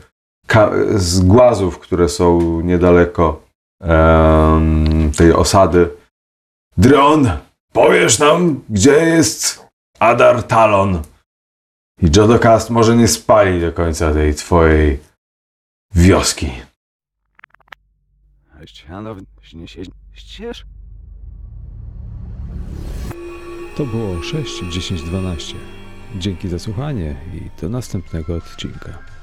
Speaker 3: ka- z głazów, które są niedaleko em, tej osady. Dron, powiesz nam, gdzie jest Adar Talon? I Jodokast może nie spali do końca tej twojej wioski.
Speaker 1: Ścianowicie się ścież?
Speaker 7: To było 6, 10, 12. Dzięki za słuchanie i do następnego odcinka.